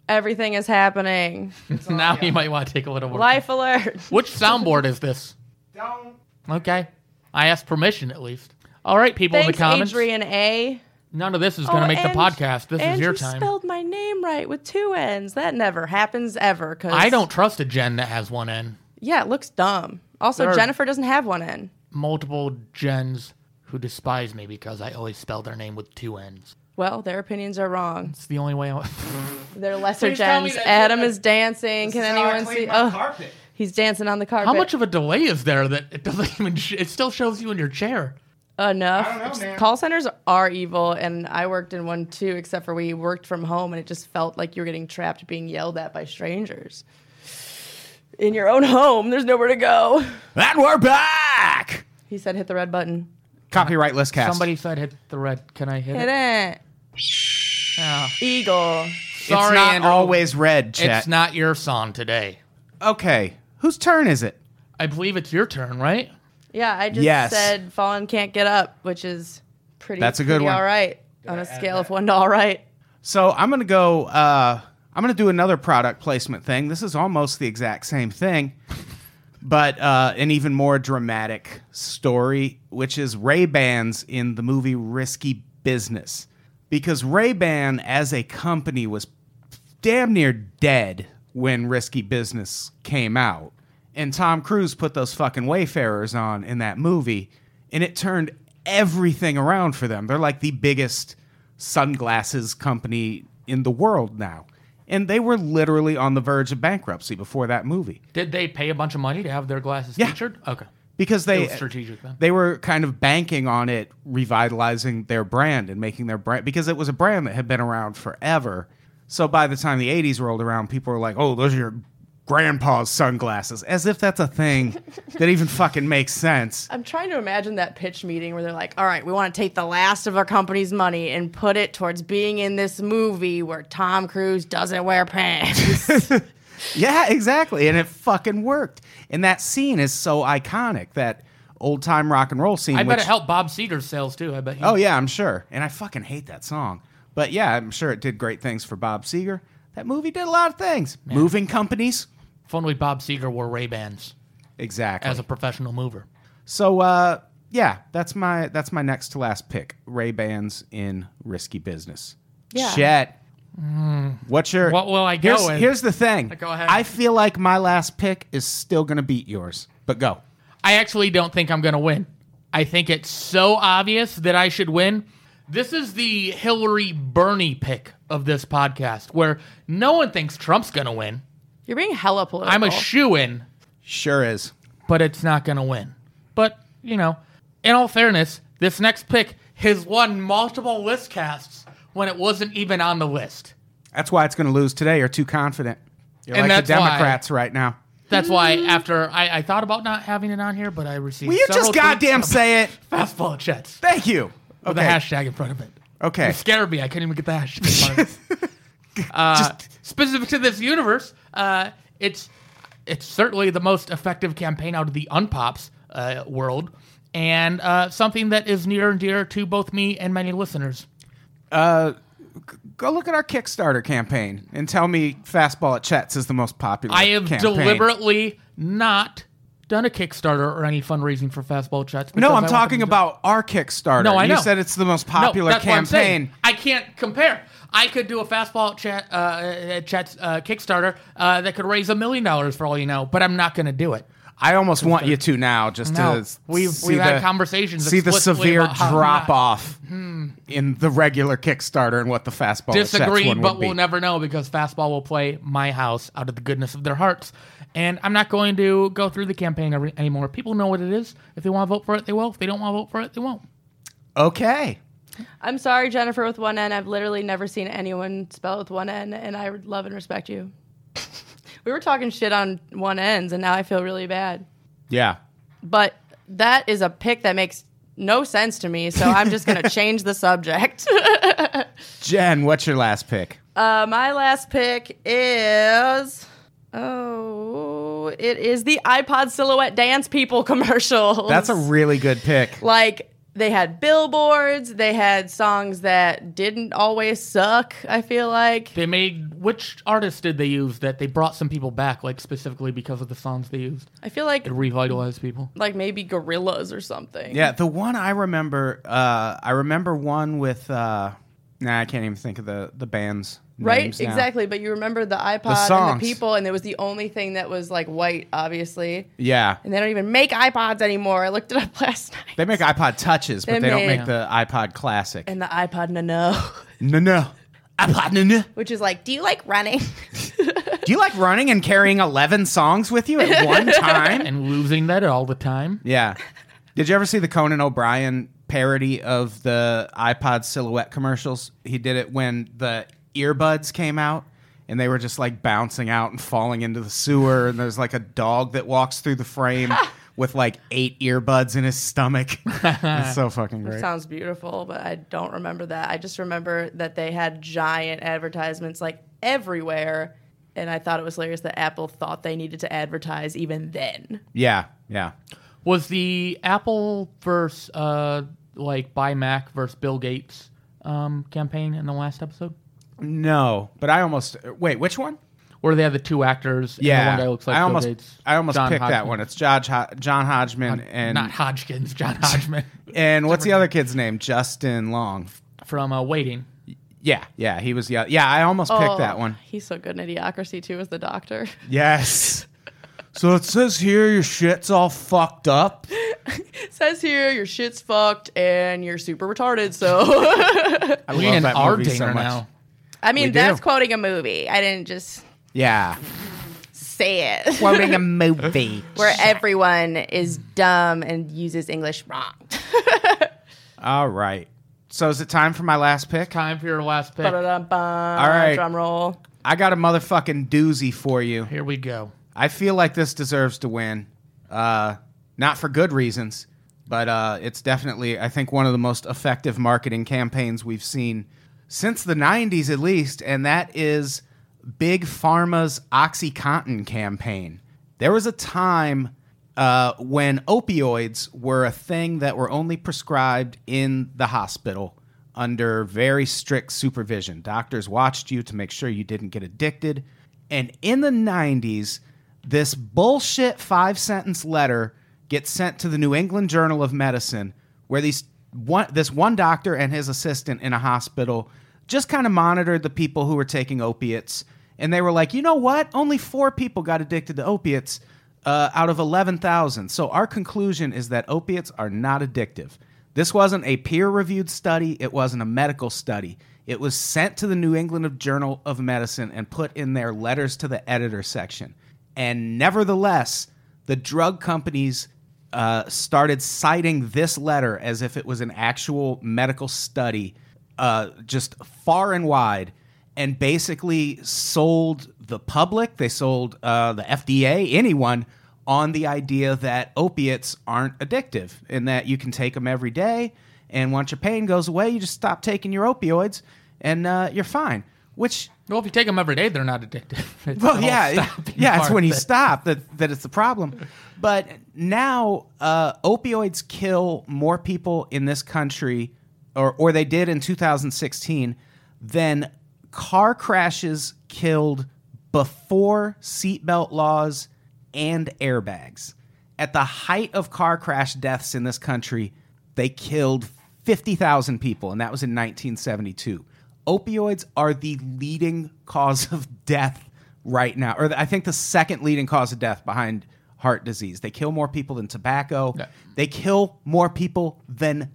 [SPEAKER 4] Everything is happening.
[SPEAKER 5] *laughs* now you might want to take a little more.
[SPEAKER 4] Life alert.
[SPEAKER 5] Which soundboard is this?
[SPEAKER 3] Don't.
[SPEAKER 5] Okay. I asked permission at least. All right, people in
[SPEAKER 4] Thanks,
[SPEAKER 5] the comments.
[SPEAKER 4] Adrian A.
[SPEAKER 5] None of this is going to
[SPEAKER 4] Oh,
[SPEAKER 5] make
[SPEAKER 4] and-
[SPEAKER 5] the podcast. This
[SPEAKER 4] and
[SPEAKER 5] is your
[SPEAKER 4] you
[SPEAKER 5] time.
[SPEAKER 4] spelled my name right with two N's. That never happens ever. Cause
[SPEAKER 5] I don't trust a Jen that has one N.
[SPEAKER 4] Yeah, it looks dumb. Also,
[SPEAKER 5] There are-
[SPEAKER 4] Jennifer doesn't have one N.
[SPEAKER 5] Multiple Jens who despise me because I always spell their name with two N's.
[SPEAKER 4] Well, their opinions are wrong.
[SPEAKER 5] It's the only
[SPEAKER 4] *laughs*
[SPEAKER 5] way. I...
[SPEAKER 4] They're lesser
[SPEAKER 5] Please tell me
[SPEAKER 4] gens.
[SPEAKER 5] that-
[SPEAKER 4] Adam is dancing. Can anyone see? Oh,
[SPEAKER 3] carpet.
[SPEAKER 4] he's dancing on the carpet.
[SPEAKER 5] How much of a delay is there that it doesn't *laughs* even? Sh- it still shows you in your chair.
[SPEAKER 4] enough?
[SPEAKER 3] I don't know, man.
[SPEAKER 4] Call centers are evil, and I worked in one too. Except for we worked from home, and it just felt like you were getting trapped, being yelled at by strangers in your own home. There's nowhere to go.
[SPEAKER 3] And we're back.
[SPEAKER 4] He said, "Hit the red button."
[SPEAKER 3] Copyright list cast.
[SPEAKER 5] Somebody said hit the red. Can I hit,
[SPEAKER 4] Hit
[SPEAKER 5] it?
[SPEAKER 4] it.
[SPEAKER 5] Yeah.
[SPEAKER 4] Eagle.
[SPEAKER 3] It's
[SPEAKER 5] Sorry,
[SPEAKER 3] not
[SPEAKER 5] Andrew.
[SPEAKER 3] always red. Chet.
[SPEAKER 5] It's not your song today.
[SPEAKER 3] Okay, whose turn is it?
[SPEAKER 5] I believe it's your turn, right?
[SPEAKER 4] Yeah, I just
[SPEAKER 3] Yes.
[SPEAKER 4] said Fallen Can't Get Up, which is pretty.
[SPEAKER 3] That's a good
[SPEAKER 4] pretty
[SPEAKER 3] one.
[SPEAKER 4] All right, on a scale of one to all right.
[SPEAKER 3] So I'm gonna go. Uh, I'm gonna do another product placement thing. This is almost the exact same thing, but uh, an even more dramatic story, which is Ray Bans in the movie Risky Business, because Ray Ban as a company was damn near dead when Risky Business came out, and Tom Cruise put those fucking Wayfarers on in that movie, and it turned everything around for them. They're like the biggest sunglasses company in the world now. And they were literally on the verge of bankruptcy before that movie
[SPEAKER 5] Did they pay a bunch of money to have their glasses
[SPEAKER 3] Yeah.
[SPEAKER 5] featured? Okay.
[SPEAKER 3] because they
[SPEAKER 5] It was strategic then.
[SPEAKER 3] they were kind of banking on it revitalizing their brand and making their brand because it was a brand that had been around forever. So by the time the 80s rolled around, people were like, "Oh, those are your grandpa's sunglasses." As if that's a
[SPEAKER 5] *laughs*
[SPEAKER 3] thing that even fucking makes sense.
[SPEAKER 4] I'm trying to imagine that pitch meeting where they're like, "All right, we want to take the last of our company's money and put it towards being in this movie where Tom Cruise doesn't
[SPEAKER 3] *laughs*
[SPEAKER 4] wear pants."
[SPEAKER 3] Yeah, exactly. And it fucking worked. And that scene is so iconic, that old-time rock and roll scene
[SPEAKER 5] I bet
[SPEAKER 3] which-
[SPEAKER 5] it helped Bob Seger's sales too. I bet. He,
[SPEAKER 3] Oh yeah, I'm sure. And I fucking hate that song. But yeah, I'm sure it did great things for Bob Seger. That movie did a lot of things. Moving companies.
[SPEAKER 5] If only Bob Seger wore Ray Bans
[SPEAKER 3] Exactly.
[SPEAKER 5] as a professional mover.
[SPEAKER 3] so uh yeah, that's my that's my next to last pick. Ray Bans in risky business.
[SPEAKER 4] Yeah.
[SPEAKER 3] Chet. What's your
[SPEAKER 5] Mm. What will I go
[SPEAKER 3] here's,
[SPEAKER 5] with?
[SPEAKER 3] Here's the thing.
[SPEAKER 5] Go ahead.
[SPEAKER 3] I feel like my last pick is still gonna beat yours. But go.
[SPEAKER 5] I actually don't think I'm going to win. I think it's so obvious that I should win. This is the Hillary Bernie pick of this podcast where no one thinks Trump's going to win.
[SPEAKER 4] You're being hella political.
[SPEAKER 3] Oh.
[SPEAKER 5] I'm a shoe in,
[SPEAKER 3] Sure is.
[SPEAKER 5] but it's not going to win. But, you know, in all fairness, this next pick has won multiple list casts when it wasn't even on the list.
[SPEAKER 3] That's why it's gonna lose today. You're too confident. You're
[SPEAKER 5] And
[SPEAKER 3] like the
[SPEAKER 5] that's why-
[SPEAKER 3] Democrats right now.
[SPEAKER 5] That's why after I, I thought about not having it on here, but I received.
[SPEAKER 3] Will Mm. you
[SPEAKER 5] several
[SPEAKER 3] just goddamn
[SPEAKER 5] tweets
[SPEAKER 3] say it?
[SPEAKER 5] from *laughs* fastball chats
[SPEAKER 3] Thank you.
[SPEAKER 5] with a hashtag in front of it?
[SPEAKER 3] Okay.
[SPEAKER 5] It scared me. I couldn't even get the hashtag. part of it.
[SPEAKER 3] *laughs*
[SPEAKER 5] uh, specific to this universe, uh, it's it's certainly the most effective campaign out of the unpops uh, world, and uh, something that is near and dear to both me and many listeners.
[SPEAKER 3] Go look at our Kickstarter campaign and tell me Fastball at Chet's is the most popular.
[SPEAKER 5] I have
[SPEAKER 3] campaign.
[SPEAKER 5] deliberately not done a Kickstarter or any fundraising for fastball chats.
[SPEAKER 3] No,
[SPEAKER 5] because I
[SPEAKER 3] I'm
[SPEAKER 5] want
[SPEAKER 3] talking
[SPEAKER 5] them to-
[SPEAKER 3] about our Kickstarter.
[SPEAKER 5] No, I
[SPEAKER 3] you
[SPEAKER 5] know.
[SPEAKER 3] said it's the most
[SPEAKER 5] No,
[SPEAKER 3] popular
[SPEAKER 5] that's what I'm saying.
[SPEAKER 3] campaign.
[SPEAKER 5] I can't compare. I could do a fastball chat, uh, uh, chat uh, Kickstarter uh, that could raise a million dollars for all you know, but I'm not going to do it.
[SPEAKER 3] I almost want you to now, just
[SPEAKER 5] No,
[SPEAKER 3] to s-
[SPEAKER 5] we've-
[SPEAKER 3] see
[SPEAKER 5] we've
[SPEAKER 3] the,
[SPEAKER 5] had conversations
[SPEAKER 3] See the
[SPEAKER 5] explicitly
[SPEAKER 3] severe
[SPEAKER 5] about how
[SPEAKER 3] drop
[SPEAKER 5] not- Hmm.
[SPEAKER 3] off in the regular Kickstarter and what the Fastball at Chet's
[SPEAKER 5] Disagree,
[SPEAKER 3] one
[SPEAKER 5] but
[SPEAKER 3] would be.
[SPEAKER 5] we'll never know because fastball will play my house out of the goodness of their hearts, and I'm not going to go through the campaign every, anymore. People know what it is. If they want to vote for it, they will. If they don't want to vote for it, they won't.
[SPEAKER 3] okay.
[SPEAKER 4] I'm sorry, Jennifer, with one N. I've literally never seen anyone spell it with one N, and I love and respect you. *laughs* we were talking shit on one N's, and now I feel really bad.
[SPEAKER 3] Yeah.
[SPEAKER 4] But that is a pick that makes no sense to me, so I'm
[SPEAKER 3] *laughs*
[SPEAKER 4] just going to change the subject. *laughs*
[SPEAKER 3] Jen, what's your last pick?
[SPEAKER 4] Uh, my last pick is. Oh, it is the iPod Silhouette Dance People commercial.
[SPEAKER 3] That's a really good pick.
[SPEAKER 4] like they had billboards they had songs that didn't always suck i feel like
[SPEAKER 5] They made which artists did they use that they brought some people back, like specifically because of the songs they used?
[SPEAKER 4] i feel like
[SPEAKER 5] It revitalized people.
[SPEAKER 4] like maybe gorillas or something
[SPEAKER 3] Yeah, the one I remember, uh, I remember one with. Uh, nah, I can't even think of the the band's
[SPEAKER 4] right
[SPEAKER 3] names now.
[SPEAKER 4] exactly but you remember the ipod and
[SPEAKER 3] songs.
[SPEAKER 4] the people and it was the only thing that was like white obviously
[SPEAKER 3] Yeah,
[SPEAKER 4] and they don't even make ipods anymore i looked it up *laughs* last night
[SPEAKER 3] they make iPod touches, but
[SPEAKER 4] They
[SPEAKER 3] they don't
[SPEAKER 4] make-
[SPEAKER 3] make the iPod Classic.
[SPEAKER 4] and the ipod nano *laughs*
[SPEAKER 3] no, no, iPod. No, no.
[SPEAKER 4] which is like do you like running *laughs*
[SPEAKER 3] Do you like running and carrying eleven songs with you at
[SPEAKER 4] *laughs*
[SPEAKER 3] one time?
[SPEAKER 5] and losing that all the time.
[SPEAKER 3] yeah. Did you ever see the Conan O'Brien parody of the iPod silhouette commercials? He did it when the earbuds came out. And they were just like bouncing out and falling into the sewer. And there's like a dog that walks through the
[SPEAKER 5] *laughs*
[SPEAKER 3] frame with like eight earbuds in his stomach. it's so fucking great.
[SPEAKER 4] sounds beautiful but i don't remember that i just remember that they had giant advertisements like everywhere and i thought it was hilarious that apple thought they needed to advertise even then
[SPEAKER 3] Yeah, yeah.
[SPEAKER 5] was the Apple versus uh, like buy Mac versus Bill Gates um, campaign in the last episode,
[SPEAKER 3] No, but I almost wait. Which one?
[SPEAKER 5] where they had the two actors. and the
[SPEAKER 3] Yeah,
[SPEAKER 5] one guy looks like
[SPEAKER 3] I
[SPEAKER 5] Bill
[SPEAKER 3] almost
[SPEAKER 5] Gates,
[SPEAKER 3] I almost
[SPEAKER 5] John
[SPEAKER 3] picked that
[SPEAKER 5] Hodgman.
[SPEAKER 3] one. It's John, Ho- John Hodgman and
[SPEAKER 5] not Hodgkins, John
[SPEAKER 3] *laughs*
[SPEAKER 5] Hodgman
[SPEAKER 3] and what's the other kid's name? Justin Long.
[SPEAKER 5] from uh, Waiting.
[SPEAKER 3] Yeah, yeah, he was. Yeah, yeah, I almost picked that one.
[SPEAKER 4] Oh, He's so good in Idiocracy too as the doctor. *laughs*
[SPEAKER 3] Yes. *laughs* so it says here your shit's all fucked up.
[SPEAKER 4] Says here your shit's fucked and you're super retarded. So *laughs*
[SPEAKER 3] I
[SPEAKER 5] We
[SPEAKER 3] love
[SPEAKER 5] in
[SPEAKER 3] that
[SPEAKER 5] our
[SPEAKER 3] movie so
[SPEAKER 5] dinger
[SPEAKER 3] much.
[SPEAKER 5] now.
[SPEAKER 4] I
[SPEAKER 3] We
[SPEAKER 4] mean
[SPEAKER 3] do.
[SPEAKER 4] that's quoting a movie. I didn't just
[SPEAKER 3] Yeah,
[SPEAKER 4] say it.
[SPEAKER 3] quoting a movie.
[SPEAKER 4] Where everyone is dumb and uses English *laughs* wrong.
[SPEAKER 3] *laughs* all right. So is it time for my last pick?
[SPEAKER 5] Time for your last pick.
[SPEAKER 4] uh, All
[SPEAKER 3] right.
[SPEAKER 4] Drum roll.
[SPEAKER 3] I got a motherfucking doozy for you.
[SPEAKER 5] Here we go.
[SPEAKER 3] I feel like this deserves to win. Uh, not for good reasons, but uh, it's definitely, I think, one of the most effective marketing campaigns we've seen since the 90s, at least, and that is Big Pharma's Oxycontin campaign. There was a time uh, when opioids were a thing that were only prescribed in the hospital under very strict supervision. Doctors watched you to make sure you didn't get addicted. And in the 90s, this bullshit five sentence letter gets sent to the New England Journal of Medicine, where these one, this one doctor and his assistant in a hospital just kind of monitored the people who were taking opiates. And they were like, you know what? Only four people got addicted to opiates uh, out of 11,000. So our conclusion is that opiates are not addictive. This wasn't a peer-reviewed study. It wasn't a medical study. It was sent to the New England Journal of Medicine and put in their letters to the editor section. And nevertheless, the drug companies uh, started citing this letter as if it was an actual medical study, uh, just far and wide, and basically sold the public, they sold uh, the FDA, anyone, on the idea that opiates aren't addictive and that you can take them every day. And once your pain goes away, you just stop taking your opioids and uh, you're fine. Which
[SPEAKER 5] Well, if you take them every day, they're not addictive. *laughs* It's the
[SPEAKER 3] well,
[SPEAKER 5] whole
[SPEAKER 3] yeah, it-
[SPEAKER 5] stopping
[SPEAKER 3] *laughs* yeah. It's
[SPEAKER 5] part
[SPEAKER 3] when you
[SPEAKER 5] that-
[SPEAKER 3] stop that that it's the problem. But now, uh, opioids kill more people in this country, or or they did in 2016, than car crashes killed before seatbelt laws and airbags. At the height of car crash deaths in this country, they killed 50,000 people, and that was in 1972. Opioids are the leading cause of death right now, or I think the second leading cause of death behind heart disease. They kill more people than tobacco,
[SPEAKER 5] Yeah.
[SPEAKER 3] they kill more people than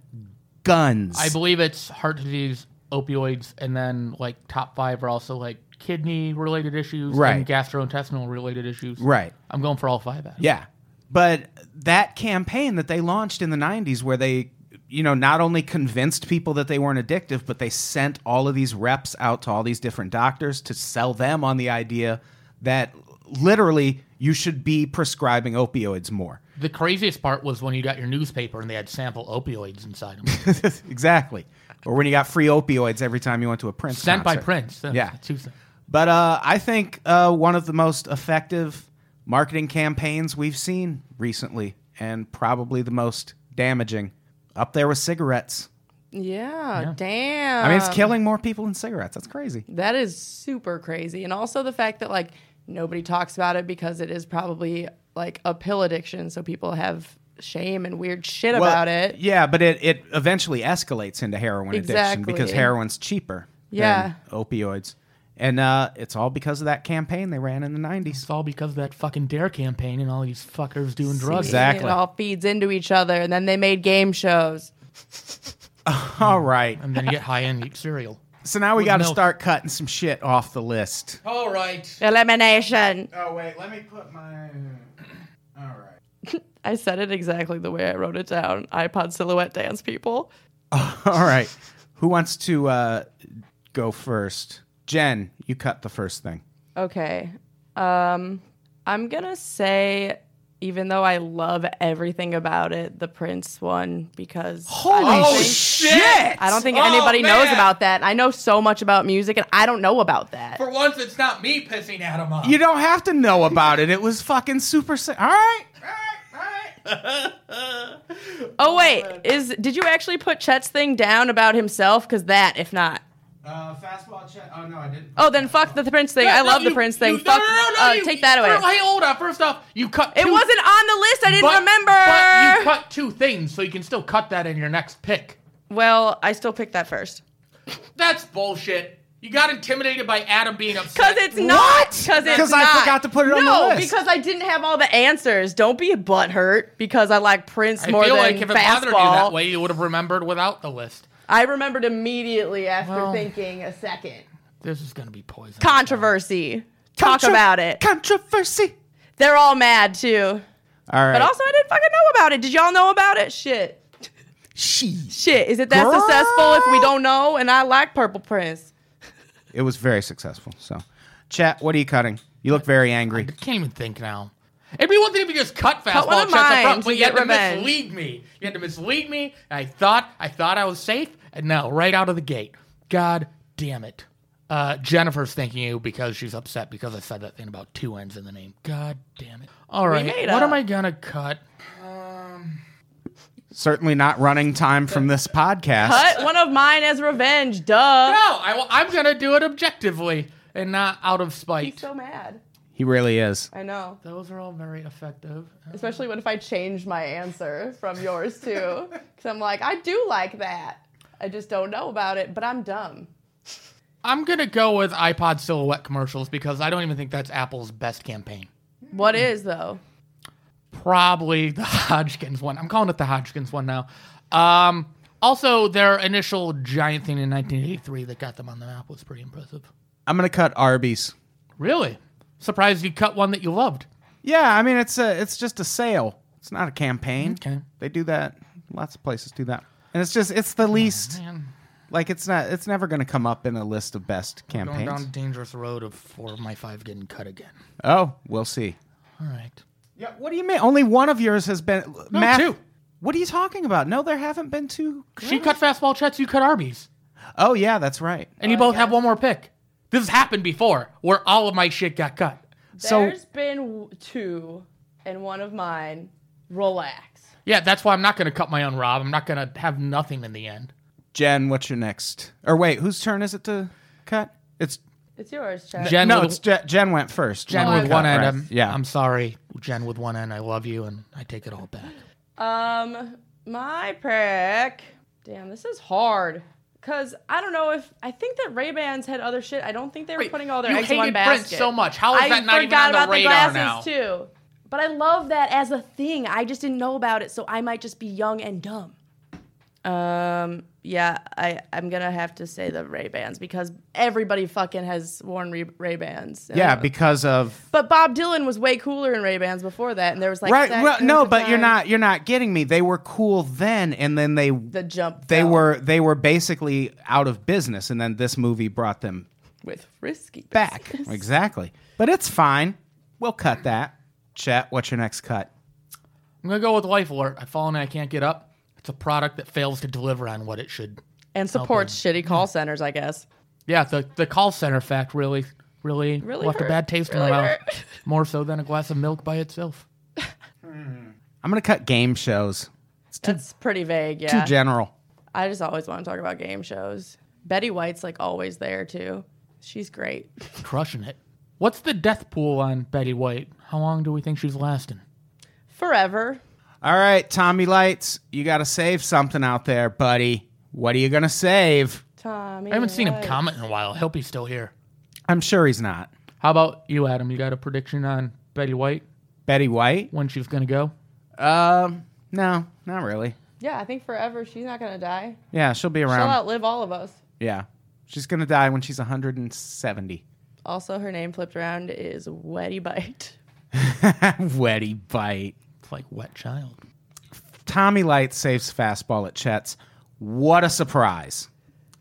[SPEAKER 3] guns.
[SPEAKER 5] I believe it's heart disease, opioids, and then like top five are also like kidney related issues
[SPEAKER 3] Right.
[SPEAKER 5] and gastrointestinal related issues.
[SPEAKER 3] Right.
[SPEAKER 5] I'm going for all five. Adam.
[SPEAKER 3] Yeah. But that campaign that they launched in the 90s where they you know not only convinced people that they weren't addictive but they sent all of these reps out to all these different doctors to sell them on the idea that literally you should be prescribing opioids more. *laughs*
[SPEAKER 5] The craziest part was when you got your newspaper and they had sample opioids
[SPEAKER 3] *laughs*
[SPEAKER 5] inside them,
[SPEAKER 3] exactly. Or when you got free opioids every time you went to a Prince
[SPEAKER 5] sent by
[SPEAKER 3] concert.
[SPEAKER 5] Prince. That's
[SPEAKER 3] Yeah.
[SPEAKER 5] two things.
[SPEAKER 3] But uh, I think uh, one of the most effective marketing campaigns we've seen recently, and probably the most damaging, up there with cigarettes.
[SPEAKER 4] Yeah, damn.
[SPEAKER 3] I mean, it's killing more people than cigarettes. That's crazy.
[SPEAKER 4] That is super crazy. And also the fact that like nobody talks about it because it is probably like a pill addiction, so people have shame and weird shit about it.
[SPEAKER 3] Yeah, but it, it eventually escalates into heroin addiction
[SPEAKER 4] Exactly.
[SPEAKER 3] because heroin's cheaper
[SPEAKER 4] Yeah.
[SPEAKER 3] than opioids. And uh, it's all because of that campaign they ran in the 90s.
[SPEAKER 5] It's all because of that fucking dare campaign and all these fuckers doing drugs.
[SPEAKER 3] Exact- Exactly.
[SPEAKER 4] It all feeds into each other and then they made game shows.
[SPEAKER 3] *laughs* All right.
[SPEAKER 5] And then you get high and eat cereal.
[SPEAKER 3] So now we got to
[SPEAKER 5] milk.
[SPEAKER 3] start cutting some shit off the list.
[SPEAKER 5] *laughs* All right.
[SPEAKER 4] Elimination.
[SPEAKER 3] Oh, wait. Let me put my. All right.
[SPEAKER 4] I said it exactly the way I wrote it down. iPod silhouette dance people.
[SPEAKER 3] *laughs* All right. Who wants to uh, go first? Jen, you cut the first thing.
[SPEAKER 4] Okay. Um I'm going to say even though I love everything about it, the Prince one because Holy
[SPEAKER 3] shit!
[SPEAKER 4] I don't think
[SPEAKER 5] Oh,
[SPEAKER 4] anybody
[SPEAKER 5] man.
[SPEAKER 4] knows about that. I know so much about music, and I don't know about that.
[SPEAKER 5] For once, it's not me pissing Adam off. *laughs*
[SPEAKER 3] You don't have to know about it. It was fucking super. Si- all right. All right. All right.
[SPEAKER 4] Oh wait, is did you actually put Chet's thing down about himself? Because that, if not,
[SPEAKER 3] Uh, fastball check. Oh no, I didn't.
[SPEAKER 4] oh then fuck the Prince thing.
[SPEAKER 5] No,
[SPEAKER 4] I
[SPEAKER 5] no,
[SPEAKER 4] love the
[SPEAKER 5] you-
[SPEAKER 4] Prince thing.
[SPEAKER 5] you-
[SPEAKER 4] fuck,
[SPEAKER 5] no, no, no, no,
[SPEAKER 4] uh,
[SPEAKER 5] you-
[SPEAKER 4] take that away.
[SPEAKER 5] Hey, hold on. First off, you cut.
[SPEAKER 4] it
[SPEAKER 5] two-
[SPEAKER 4] was wasn't on the list. I didn't
[SPEAKER 5] but-
[SPEAKER 4] remember.
[SPEAKER 5] But you cut two things, so you can still cut that in your next pick.
[SPEAKER 4] well, I still picked that first.
[SPEAKER 5] That's bullshit. You got intimidated by Adam
[SPEAKER 4] *laughs*
[SPEAKER 5] being
[SPEAKER 4] Because
[SPEAKER 5] upset.
[SPEAKER 4] it's not. Because it's
[SPEAKER 3] 'Cause I
[SPEAKER 4] not.
[SPEAKER 3] forgot to put it on the
[SPEAKER 4] no,
[SPEAKER 3] list.
[SPEAKER 4] because I didn't have all the answers. Don't be a butthurt because I like Prince
[SPEAKER 5] I
[SPEAKER 4] more
[SPEAKER 5] feel
[SPEAKER 4] than
[SPEAKER 5] like if it bothered you
[SPEAKER 4] fastball.
[SPEAKER 5] that way, you would have remembered without the list.
[SPEAKER 4] I remembered immediately after
[SPEAKER 5] Well.
[SPEAKER 4] thinking a second.
[SPEAKER 5] This is gonna be poison.
[SPEAKER 4] Controversy. Talk
[SPEAKER 3] Contra-
[SPEAKER 4] about it.
[SPEAKER 3] Controversy.
[SPEAKER 4] They're all mad too.
[SPEAKER 3] All right.
[SPEAKER 4] But also, I didn't fucking know about it. Did y'all know about it? Shit.
[SPEAKER 3] she.
[SPEAKER 4] Shit. Is it that
[SPEAKER 3] Girl.
[SPEAKER 4] successful if we don't know? And I like Purple Prince.
[SPEAKER 3] It was very successful. So, chat. What are you cutting? You look very angry.
[SPEAKER 5] I can't even think now. It'd be one thing if you just cut fastball
[SPEAKER 4] one of
[SPEAKER 5] checks up
[SPEAKER 4] mine
[SPEAKER 5] front,
[SPEAKER 4] to
[SPEAKER 5] but you
[SPEAKER 4] get
[SPEAKER 5] had to
[SPEAKER 4] revenge.
[SPEAKER 5] mislead me. You had to mislead me. And I thought I thought I was safe, and no, right out of the gate. God damn it. Uh, Jennifer's thanking you because she's upset because I said that thing about two N's in the name. God damn it. All right.
[SPEAKER 4] made
[SPEAKER 5] What
[SPEAKER 4] up.
[SPEAKER 5] am I gonna cut?
[SPEAKER 3] Certainly not running time from this podcast.
[SPEAKER 4] Cut one of mine as revenge. Duh.
[SPEAKER 5] No, I, am gonna do it objectively and not out of spite.
[SPEAKER 4] He's so mad.
[SPEAKER 3] He really is.
[SPEAKER 4] I know.
[SPEAKER 5] Those are all very effective.
[SPEAKER 4] Especially when if I change my answer from yours too. Because I'm like, I do like that. I just don't know about it, but I'm dumb.
[SPEAKER 5] I'm gonna go with iPod silhouette commercials because I don't even think that's Apple's best campaign.
[SPEAKER 4] What is though?
[SPEAKER 5] probably the *laughs* Hodgkins one. I'm calling it the Hodgkins one now. Um, also, their initial giant thing in 1983 that got them on the map was pretty impressive.
[SPEAKER 3] I'm gonna cut Arby's.
[SPEAKER 5] Really? Surprised you cut one that you loved.
[SPEAKER 3] Yeah, I mean it's a it's just a sale. It's not a campaign.
[SPEAKER 5] Okay.
[SPEAKER 3] They do that. Lots of places do that. And it's just it's the least
[SPEAKER 5] Oh, Man,
[SPEAKER 3] like it's not it's never going to come up in a list of best
[SPEAKER 5] going
[SPEAKER 3] campaigns.
[SPEAKER 5] down a dangerous road of four of my five getting cut again.
[SPEAKER 3] Oh, we'll see.
[SPEAKER 5] All right.
[SPEAKER 3] Yeah, what do you mean? Only one of yours has been
[SPEAKER 5] No,
[SPEAKER 3] Math-
[SPEAKER 5] two.
[SPEAKER 3] What are you talking about? No, there haven't been two.
[SPEAKER 5] She cut fastball chats, you cut Arby's.
[SPEAKER 3] Oh yeah, that's right.
[SPEAKER 5] And you both have one more pick. This has happened before where all of my shit got cut.
[SPEAKER 3] So
[SPEAKER 4] There's been w- two, and one of mine. Relax.
[SPEAKER 5] Yeah, that's why I'm not going to cut my own Rob. I'm not going to have nothing in the end.
[SPEAKER 3] Jen, what's your next? Or wait, whose turn is it to cut? It's
[SPEAKER 4] It's yours, Chad.
[SPEAKER 5] Jen
[SPEAKER 3] no,
[SPEAKER 5] with- Oh,
[SPEAKER 3] it's Je- Jen went first.
[SPEAKER 5] Jen
[SPEAKER 3] Went
[SPEAKER 5] with
[SPEAKER 3] cut,
[SPEAKER 5] one end.
[SPEAKER 3] right.
[SPEAKER 5] I'm,
[SPEAKER 3] yeah,
[SPEAKER 5] I'm sorry, Jen with one end. I love you, and I take it all back.
[SPEAKER 4] Um, my pick. Damn, this is hard. Cause I don't know if I think that Ray Bans had other shit. I don't think they were putting all their
[SPEAKER 5] you
[SPEAKER 4] eggs in one
[SPEAKER 5] hated Prince
[SPEAKER 4] basket.
[SPEAKER 5] so much. How is
[SPEAKER 4] I
[SPEAKER 5] that not even
[SPEAKER 4] forgot
[SPEAKER 5] on the
[SPEAKER 4] about
[SPEAKER 5] radar
[SPEAKER 4] the glasses
[SPEAKER 5] now?
[SPEAKER 4] too. But I love that as a thing. I just didn't know about it, so I might just be young and dumb. Um. Yeah, I I'm gonna have to say the Ray Bans because everybody fucking has worn Ray Bans.
[SPEAKER 3] yeah, because of
[SPEAKER 4] but Bob Dylan was way cooler in Ray Bans before that, and there was like
[SPEAKER 3] right.
[SPEAKER 4] that
[SPEAKER 3] well,
[SPEAKER 4] kind
[SPEAKER 3] no,
[SPEAKER 4] of
[SPEAKER 3] but you're
[SPEAKER 4] time.
[SPEAKER 3] not you're not getting me. They were cool then, and then they
[SPEAKER 4] the jump.
[SPEAKER 3] they
[SPEAKER 4] fell
[SPEAKER 3] were they were basically out of business, and then this movie brought them
[SPEAKER 4] with risky *laughs*
[SPEAKER 3] back.
[SPEAKER 4] business.
[SPEAKER 3] Exactly, but it's fine. We'll cut that. Chet, what's your next cut?
[SPEAKER 5] I'm gonna go with Life Alert. I've fallen and I can't get up. It's a product that fails to deliver on what it should.
[SPEAKER 4] and supports shitty call centers, I guess.
[SPEAKER 5] Yeah, the the call center fact really, really,
[SPEAKER 4] Really
[SPEAKER 5] left
[SPEAKER 4] hurt.
[SPEAKER 5] a bad taste in my
[SPEAKER 4] Really
[SPEAKER 5] mouth,
[SPEAKER 4] hurt.
[SPEAKER 5] *laughs* more so than a glass of milk by itself.
[SPEAKER 3] I'm gonna cut game shows.
[SPEAKER 4] That's pretty vague.
[SPEAKER 3] Too
[SPEAKER 4] Yeah,
[SPEAKER 3] general.
[SPEAKER 4] I just always want to talk about game shows. Betty White's like always there too. She's great.
[SPEAKER 5] Crushing it. What's the death pool on Betty White? How long do we think she's lasting?
[SPEAKER 4] Forever.
[SPEAKER 3] All right, Tommy Lights, you got to save something out there, buddy. What are you gonna save?
[SPEAKER 4] Tommy.
[SPEAKER 5] I haven't seen him
[SPEAKER 4] White.
[SPEAKER 5] comment in a while. I hope he's still here.
[SPEAKER 3] I'm sure he's not.
[SPEAKER 5] How about you, Adam? You got a prediction on Betty White
[SPEAKER 3] Betty White?
[SPEAKER 5] when she's gonna go?
[SPEAKER 3] Um, no, not really.
[SPEAKER 4] Yeah, I think forever. She's not gonna die.
[SPEAKER 3] Yeah, she'll
[SPEAKER 5] Um,
[SPEAKER 3] be
[SPEAKER 4] She'll
[SPEAKER 3] around.
[SPEAKER 4] outlive all of us.
[SPEAKER 3] Yeah, she's gonna die when she's *laughs* 170.
[SPEAKER 4] Also, her name flipped around is Wetty Bite.
[SPEAKER 3] Wetty bite.
[SPEAKER 5] It's like wet child.
[SPEAKER 3] Tommy Light saves fastball at Chet's. What a surprise.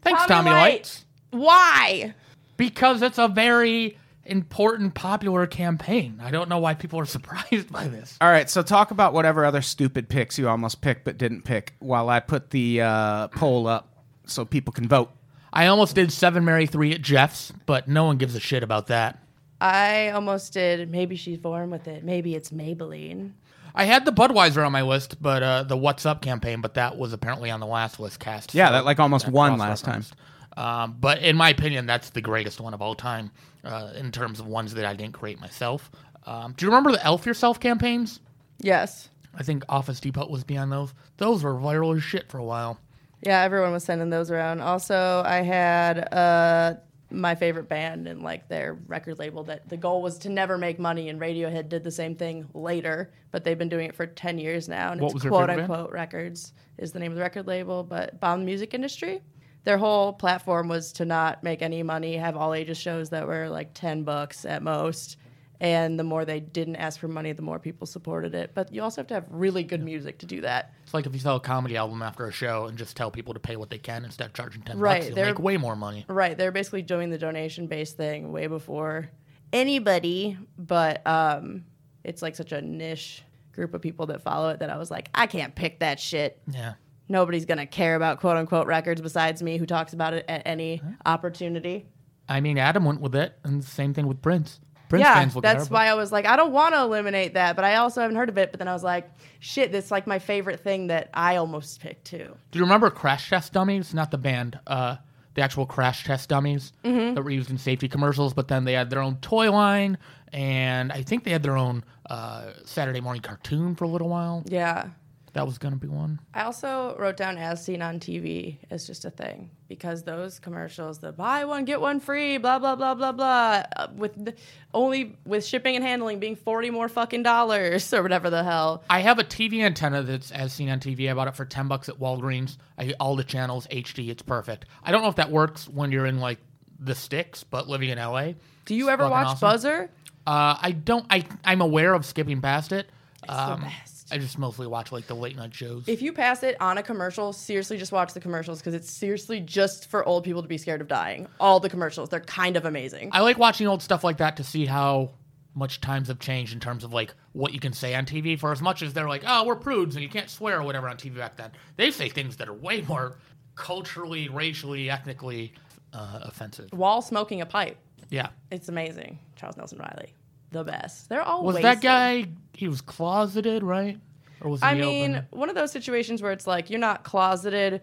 [SPEAKER 5] Thanks,
[SPEAKER 4] Tommy
[SPEAKER 5] Tommy,
[SPEAKER 4] Light.
[SPEAKER 5] Lights.
[SPEAKER 4] Why?
[SPEAKER 5] Because it's a very important, popular campaign. I don't know why people are *laughs* surprised by this.
[SPEAKER 3] All right, so talk about whatever other stupid picks you almost picked but didn't pick while I put the uh, poll up so people can vote.
[SPEAKER 5] I almost did Seven Mary Three at Jeff's, but no one gives a shit about that.
[SPEAKER 4] I almost did. Maybe she's born with it. Maybe it's Maybelline.
[SPEAKER 5] I had the Budweiser on my list, but uh, the What's Up campaign, but that was apparently on the last list cast.
[SPEAKER 3] Yeah,
[SPEAKER 5] so
[SPEAKER 3] that like almost
[SPEAKER 5] that
[SPEAKER 3] won last time.
[SPEAKER 5] cross-referenced. Um, but in my opinion, that's the greatest one of all time uh, in terms of ones that I didn't create myself. Um, do you remember the Elf Yourself campaigns?
[SPEAKER 4] Yes.
[SPEAKER 5] I think Office Depot was behind those. Those were viral as shit for a while.
[SPEAKER 4] Yeah, everyone was sending those around. Also, I had uh, my favorite band and like their record label that the goal was to never make money, and Radiohead did the same thing later, but they've been doing it for 10 years now. And
[SPEAKER 5] What
[SPEAKER 4] it's
[SPEAKER 5] was their
[SPEAKER 4] quote
[SPEAKER 5] favorite band?
[SPEAKER 4] unquote records is the name of the record label, but Bomb the Music Industry. Their whole platform was to not make any money, have all ages shows that were like 10 bucks at most. And the more they didn't ask for money, the more people supported it. But you also have to have really good music to do that.
[SPEAKER 5] It's like if you sell a comedy album after a show and just tell people to pay what they can instead of charging ten
[SPEAKER 4] Right,
[SPEAKER 5] bucks, you'll
[SPEAKER 4] they're-
[SPEAKER 5] make way more money.
[SPEAKER 4] Right. They're basically doing the donation based thing way before anybody, but um, it's like such a niche group of people that follow it that I was like, I can't pick that shit.
[SPEAKER 5] Yeah.
[SPEAKER 4] Nobody's going to care about quote unquote records besides me who talks about it at any opportunity.
[SPEAKER 5] I mean, Adam went with it, and the same thing with Prince. Prince
[SPEAKER 4] yeah,
[SPEAKER 5] fans will care,
[SPEAKER 4] that's
[SPEAKER 5] but-
[SPEAKER 4] why I was like, I don't want to eliminate that, but I also haven't heard of it. But then I was like, shit, that's like my favorite thing that I almost picked too.
[SPEAKER 5] Do you remember Crash Test Dummies? Not the band, uh, the actual Crash Test Dummies that were used in safety commercials. But then they had their own toy line, and I think they had their own uh, Saturday morning cartoon for a little while.
[SPEAKER 4] Yeah.
[SPEAKER 5] That was gonna be one.
[SPEAKER 4] I also wrote down as seen on TV as just a thing because those commercials, the buy one get one free, blah blah blah blah blah, uh, with the, only with shipping and handling being forty more fucking dollars or whatever the hell.
[SPEAKER 5] I have a TV antenna that's as seen on TV. I bought it for ten bucks at Walgreens. I get all the channels HD. It's perfect. I don't know if that works when you're in like the sticks, but living in LA,
[SPEAKER 4] Do you ever
[SPEAKER 5] fucking
[SPEAKER 4] watch
[SPEAKER 5] awesome.
[SPEAKER 4] Buzzer?
[SPEAKER 5] uh, I don't. I I'm aware of skipping past it.
[SPEAKER 4] the
[SPEAKER 5] Um,
[SPEAKER 4] best.
[SPEAKER 5] I just mostly watch like the late night shows.
[SPEAKER 4] If you pass it on a commercial, seriously just watch the commercials because it's seriously just for old people to be scared of dying. All the commercials, they're kind of amazing.
[SPEAKER 5] I like watching old stuff like that to see how much times have changed in terms of like what you can say on TV. For as much as they're like, oh, we're prudes and you can't swear or whatever on TV back then, they say things that are way more culturally, racially, ethnically uh, offensive.
[SPEAKER 4] While smoking a pipe,
[SPEAKER 5] Yeah.
[SPEAKER 4] it's amazing. Charles Nelson Riley, the best. They're all
[SPEAKER 5] Was that
[SPEAKER 4] wasted.
[SPEAKER 5] guy? He was closeted, right? Or was he
[SPEAKER 4] I
[SPEAKER 5] open?
[SPEAKER 4] mean, one of those situations where it's like you're not closeted,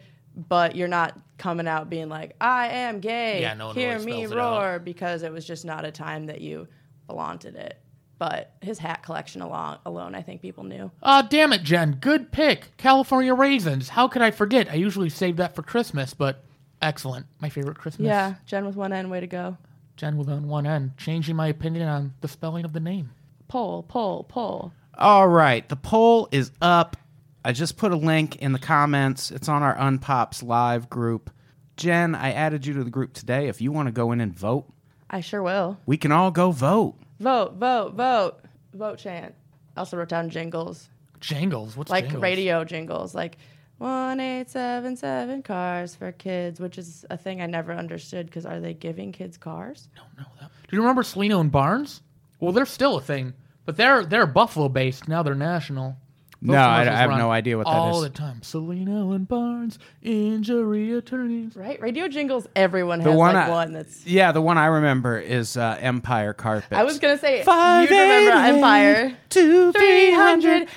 [SPEAKER 4] but you're not coming out being like, "I am gay."
[SPEAKER 5] Yeah, no one
[SPEAKER 4] Hear
[SPEAKER 5] really
[SPEAKER 4] me
[SPEAKER 5] spells it
[SPEAKER 4] roar because it was just not a time that you flaunted it. But his hat collection alone, alone I think people knew.
[SPEAKER 5] Ah, damn it, Jen. Good pick. California raisins. How could I forget? I usually save that for Christmas, but excellent. My favorite Christmas.
[SPEAKER 4] Yeah, Jen with one N, way to go.
[SPEAKER 5] Jen with on one end, changing my opinion on the spelling of the name.
[SPEAKER 4] Pull, pull, pull.
[SPEAKER 3] All right, the poll is up. I just put a link in the comments. It's on our Unpops live group. Jen, I added you to the group today. If you want to go in and vote,
[SPEAKER 4] I sure will.
[SPEAKER 3] we can all go vote.
[SPEAKER 4] Vote, vote, vote, vote chant. I also wrote down jingles.
[SPEAKER 5] Jangles. What's
[SPEAKER 4] like
[SPEAKER 5] jangles?
[SPEAKER 4] radio jingles, like one eight seven seven cars for kids, which is a thing I never understood because are they giving kids cars?
[SPEAKER 5] No, that- Do you remember Salino and Barnes? Well, they're still a thing, but they're they're Buffalo based. Now they're national. Those
[SPEAKER 3] No, I-
[SPEAKER 5] commercials
[SPEAKER 3] I have
[SPEAKER 5] run
[SPEAKER 3] no idea what that
[SPEAKER 5] all
[SPEAKER 3] is.
[SPEAKER 5] the time. Salino and Barnes, injury attorneys.
[SPEAKER 4] Right? Radio jingles, everyone
[SPEAKER 3] The
[SPEAKER 4] has
[SPEAKER 3] one,
[SPEAKER 4] like
[SPEAKER 3] I,
[SPEAKER 4] one that's.
[SPEAKER 3] yeah, the one I remember is uh, Empire Carpet.
[SPEAKER 4] I was gonna say you remember Empire
[SPEAKER 3] to
[SPEAKER 4] three hundred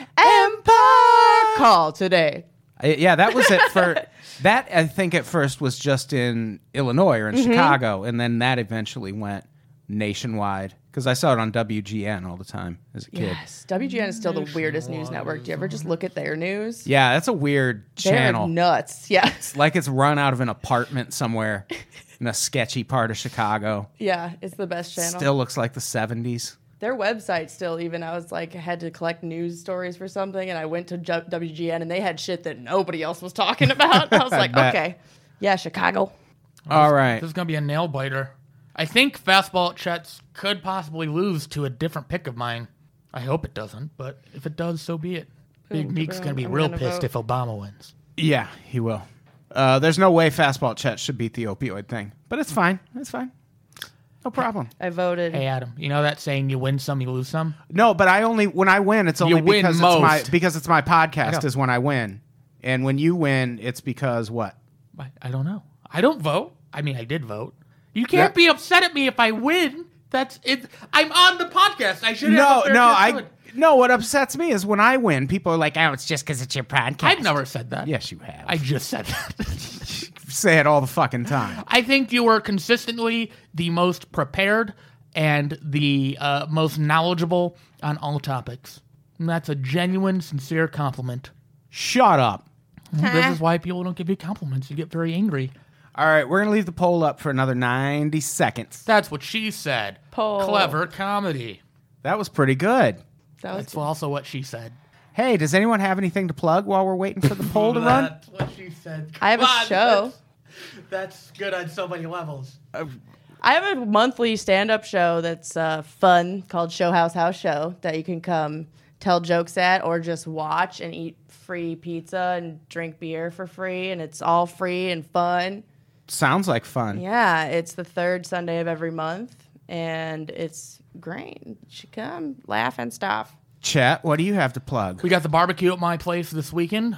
[SPEAKER 4] Empire call today.
[SPEAKER 3] I- Uh, yeah, that was it
[SPEAKER 4] *laughs*
[SPEAKER 3] for that. I think at first was just in Illinois or in
[SPEAKER 4] Mm-hmm.
[SPEAKER 3] Chicago, and then that eventually went nationwide because I saw it on WGN all the time as a kid.
[SPEAKER 4] Yes, WGN is still the weirdest news network. Do you ever just look at their news?
[SPEAKER 3] Yeah, that's a weird channel.
[SPEAKER 4] They're nuts. *laughs* Yeah,
[SPEAKER 3] like it's run out of an apartment somewhere in a sketchy part of Chicago.
[SPEAKER 4] yeah, it's the best *laughs* channel.
[SPEAKER 3] Still looks like the '70s.
[SPEAKER 4] their website still even i was like had to collect news stories for something and i went to J- wgn and they had shit that nobody else was talking about i was like
[SPEAKER 3] bet.
[SPEAKER 4] okay yeah chicago
[SPEAKER 3] All right,
[SPEAKER 5] This is gonna be a nail biter. I think fastball at Chet's could possibly lose to a different pick of mine. I hope it doesn't, but if it does, so be it. Big Meek's gonna be
[SPEAKER 4] I'm
[SPEAKER 5] real
[SPEAKER 4] gonna
[SPEAKER 5] pissed
[SPEAKER 4] vote.
[SPEAKER 5] if Obama wins.
[SPEAKER 3] yeah, he will. Uh, there's no way fastball chat should beat the opioid thing, but it's fine. It's fine. No problem.
[SPEAKER 4] i voted
[SPEAKER 5] Hey Adam, you know that saying you win some, you lose some?
[SPEAKER 3] No, but I only when I win, it's only
[SPEAKER 5] win
[SPEAKER 3] because
[SPEAKER 5] most.
[SPEAKER 3] it's my because it's my podcast
[SPEAKER 5] Yeah.
[SPEAKER 3] is when I win, and when you win, it's because what?
[SPEAKER 5] I, I don't know. I don't vote. I mean, I did vote. You can't
[SPEAKER 3] That-
[SPEAKER 5] be upset at me if I win. That's it. I'm on the podcast. I should
[SPEAKER 3] No,
[SPEAKER 5] have. a fair
[SPEAKER 3] no,
[SPEAKER 5] chance
[SPEAKER 3] I
[SPEAKER 5] to it.
[SPEAKER 3] no. What upsets me is when I win, people are like, "Oh, it's just because it's your podcast."
[SPEAKER 5] I've never said that.
[SPEAKER 3] Yes, you have.
[SPEAKER 5] I just said that. *laughs*
[SPEAKER 3] say it all the fucking time.
[SPEAKER 5] I think you were consistently the most prepared and the uh, most knowledgeable on all topics. And that's a genuine, sincere compliment.
[SPEAKER 3] Shut up.
[SPEAKER 5] this is why people don't give you compliments. You get very angry.
[SPEAKER 3] All right, we're gonna leave the poll up for another ninety seconds.
[SPEAKER 5] That's what she said.
[SPEAKER 4] Poll.
[SPEAKER 5] Clever comedy.
[SPEAKER 3] That was pretty good.
[SPEAKER 4] That was
[SPEAKER 5] That's also what she said.
[SPEAKER 3] Hey, does anyone have anything to plug while we're waiting
[SPEAKER 5] *laughs*
[SPEAKER 3] for the poll to run?
[SPEAKER 5] That's what she said.
[SPEAKER 4] I have a
[SPEAKER 5] Come on,
[SPEAKER 4] show.
[SPEAKER 5] That's, that's good on so many levels.
[SPEAKER 4] I have a monthly stand-up show that's uh, fun called Show House House Show that you can come tell jokes at or just watch and eat free pizza and drink beer for free and it's all free and fun.
[SPEAKER 3] Sounds like fun.
[SPEAKER 4] Yeah, it's the third Sunday of every month and it's great. You should come laugh and stuff.
[SPEAKER 3] Chet, what do you have to plug?
[SPEAKER 5] We got the barbecue at my place this weekend.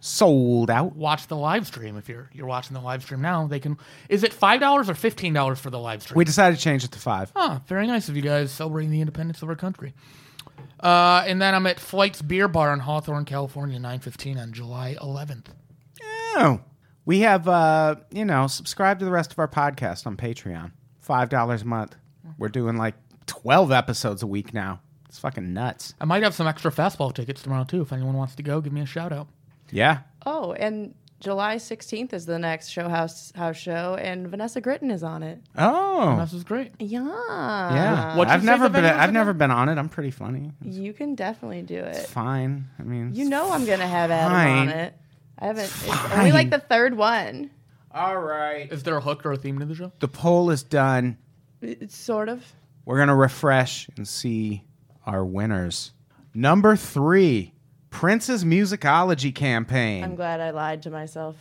[SPEAKER 3] Sold out.
[SPEAKER 5] Watch the live stream if you're you're watching the live stream now. They can. Is it five dollars or fifteen dollars for the live stream?
[SPEAKER 3] We decided to change it to five.
[SPEAKER 5] Ah, very nice of you guys celebrating the independence of our country. Uh, and then I'm at Flights Beer Bar in Hawthorne, California, 915 on July 11th.
[SPEAKER 3] Oh. We have, uh, you know, subscribe to the rest of our podcast on Patreon. $5 a month. We're doing like 12 episodes a week now. It's fucking nuts.
[SPEAKER 5] I might have some extra fastball tickets tomorrow, too. If anyone wants to go, give me a shout out.
[SPEAKER 3] Yeah.
[SPEAKER 4] Oh, and July 16th is the next Show House House show and Vanessa Gritton is on it.
[SPEAKER 3] Oh.
[SPEAKER 5] This is great.
[SPEAKER 4] Yeah.
[SPEAKER 3] Yeah.
[SPEAKER 5] What'd you
[SPEAKER 3] I've
[SPEAKER 5] say
[SPEAKER 3] never
[SPEAKER 5] the
[SPEAKER 3] been
[SPEAKER 5] venue was
[SPEAKER 3] I've
[SPEAKER 5] again?
[SPEAKER 3] never been on it. I'm pretty funny.
[SPEAKER 4] You can definitely do it.
[SPEAKER 3] It's fine. I mean,
[SPEAKER 4] You know I'm gonna have Adam
[SPEAKER 3] Fine.
[SPEAKER 4] on it. I haven't. It's only like the third one.
[SPEAKER 3] all right.
[SPEAKER 5] Is there a hook or a theme to the show?
[SPEAKER 3] The poll is done.
[SPEAKER 4] It's sort of.
[SPEAKER 3] We're going to refresh and see our winners. Number 3, Prince's Musicology Campaign.
[SPEAKER 4] I'm glad I lied to myself.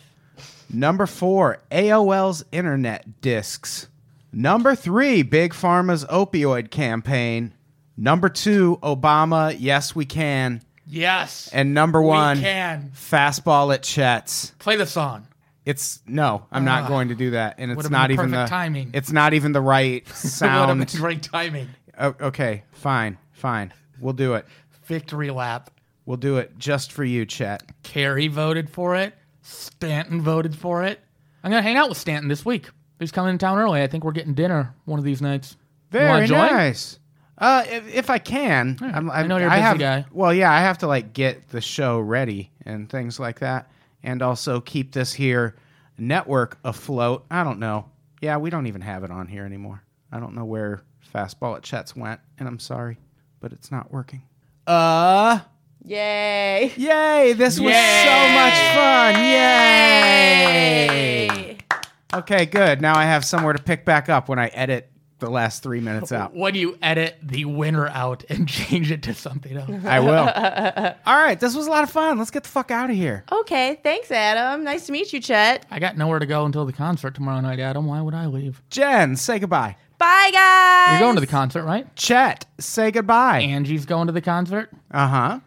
[SPEAKER 3] Number four, AOL's internet discs. Number three, Big Pharma's opioid campaign. Number two, Obama, yes, we can.
[SPEAKER 5] Yes.
[SPEAKER 3] And number one,
[SPEAKER 5] We can.
[SPEAKER 3] fastball at Chet's.
[SPEAKER 5] Play the song.
[SPEAKER 3] It's no, I'm not
[SPEAKER 5] Ah.
[SPEAKER 3] going to do that. And it's
[SPEAKER 5] Would've
[SPEAKER 3] not
[SPEAKER 5] been
[SPEAKER 3] even the
[SPEAKER 5] perfect timing.
[SPEAKER 3] It's not even the
[SPEAKER 5] *laughs*
[SPEAKER 3] right
[SPEAKER 5] That would
[SPEAKER 3] sound.
[SPEAKER 5] have been great timing.
[SPEAKER 3] O- okay, fine, fine. We'll do it.
[SPEAKER 5] Victory lap.
[SPEAKER 3] We'll do it just for you, Chet.
[SPEAKER 5] Carrie voted for it. Stanton voted for it. I'm going to hang out with Stanton this week. He's coming in town early. I think we're getting dinner one of these nights. You wanna
[SPEAKER 3] Very
[SPEAKER 5] join?
[SPEAKER 3] nice. Uh, if, if I can, I'm,
[SPEAKER 5] I
[SPEAKER 3] I'm,
[SPEAKER 5] know you're a busy
[SPEAKER 3] have,
[SPEAKER 5] guy.
[SPEAKER 3] Well, yeah, I have to like get the show ready and things like that, and also keep this here network afloat. I don't know. Yeah, we don't even have it on here anymore. I don't know where fastball at Chet's went, and I'm sorry, but it's not working. Uh,
[SPEAKER 4] Yay!
[SPEAKER 3] yay! This was so much fun. Yay! Okay, good. Now I have somewhere to pick back up when I edit the last three
[SPEAKER 5] *laughs*
[SPEAKER 3] minutes out.
[SPEAKER 5] when you edit the winner out and *laughs* change it to something else.
[SPEAKER 3] I will. All right, this was a lot of fun. Let's get the fuck out of here.
[SPEAKER 4] Okay, thanks, Adam. Nice to meet you, Chet.
[SPEAKER 5] *laughs* I got nowhere to go until the concert tomorrow night, Adam. Why would I leave?
[SPEAKER 3] Jen, say goodbye.
[SPEAKER 4] Bye, guys.
[SPEAKER 5] You're going to the concert, right?
[SPEAKER 3] Chet, say goodbye.
[SPEAKER 5] Angie's going to the concert.
[SPEAKER 3] Uh huh.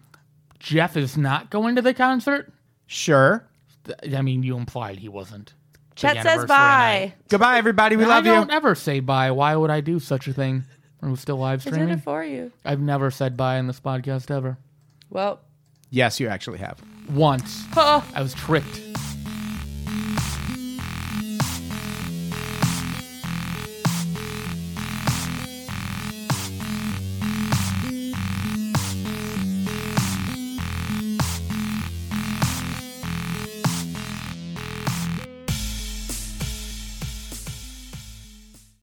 [SPEAKER 5] Jeff is not going to the concert.
[SPEAKER 3] Sure.
[SPEAKER 5] Th- I mean, you implied he wasn't.
[SPEAKER 4] Chet
[SPEAKER 5] Big
[SPEAKER 4] says
[SPEAKER 5] anniversary
[SPEAKER 4] bye.
[SPEAKER 3] Goodbye, everybody. We
[SPEAKER 5] I
[SPEAKER 3] love you.
[SPEAKER 5] don't ever say bye. Why would I do such a thing? Are we still live
[SPEAKER 4] I did it
[SPEAKER 5] streaming?
[SPEAKER 4] for you.
[SPEAKER 5] I've never said bye in this podcast ever.
[SPEAKER 4] Well.
[SPEAKER 3] Yes, you actually have.
[SPEAKER 5] Oh. Once. I was tricked.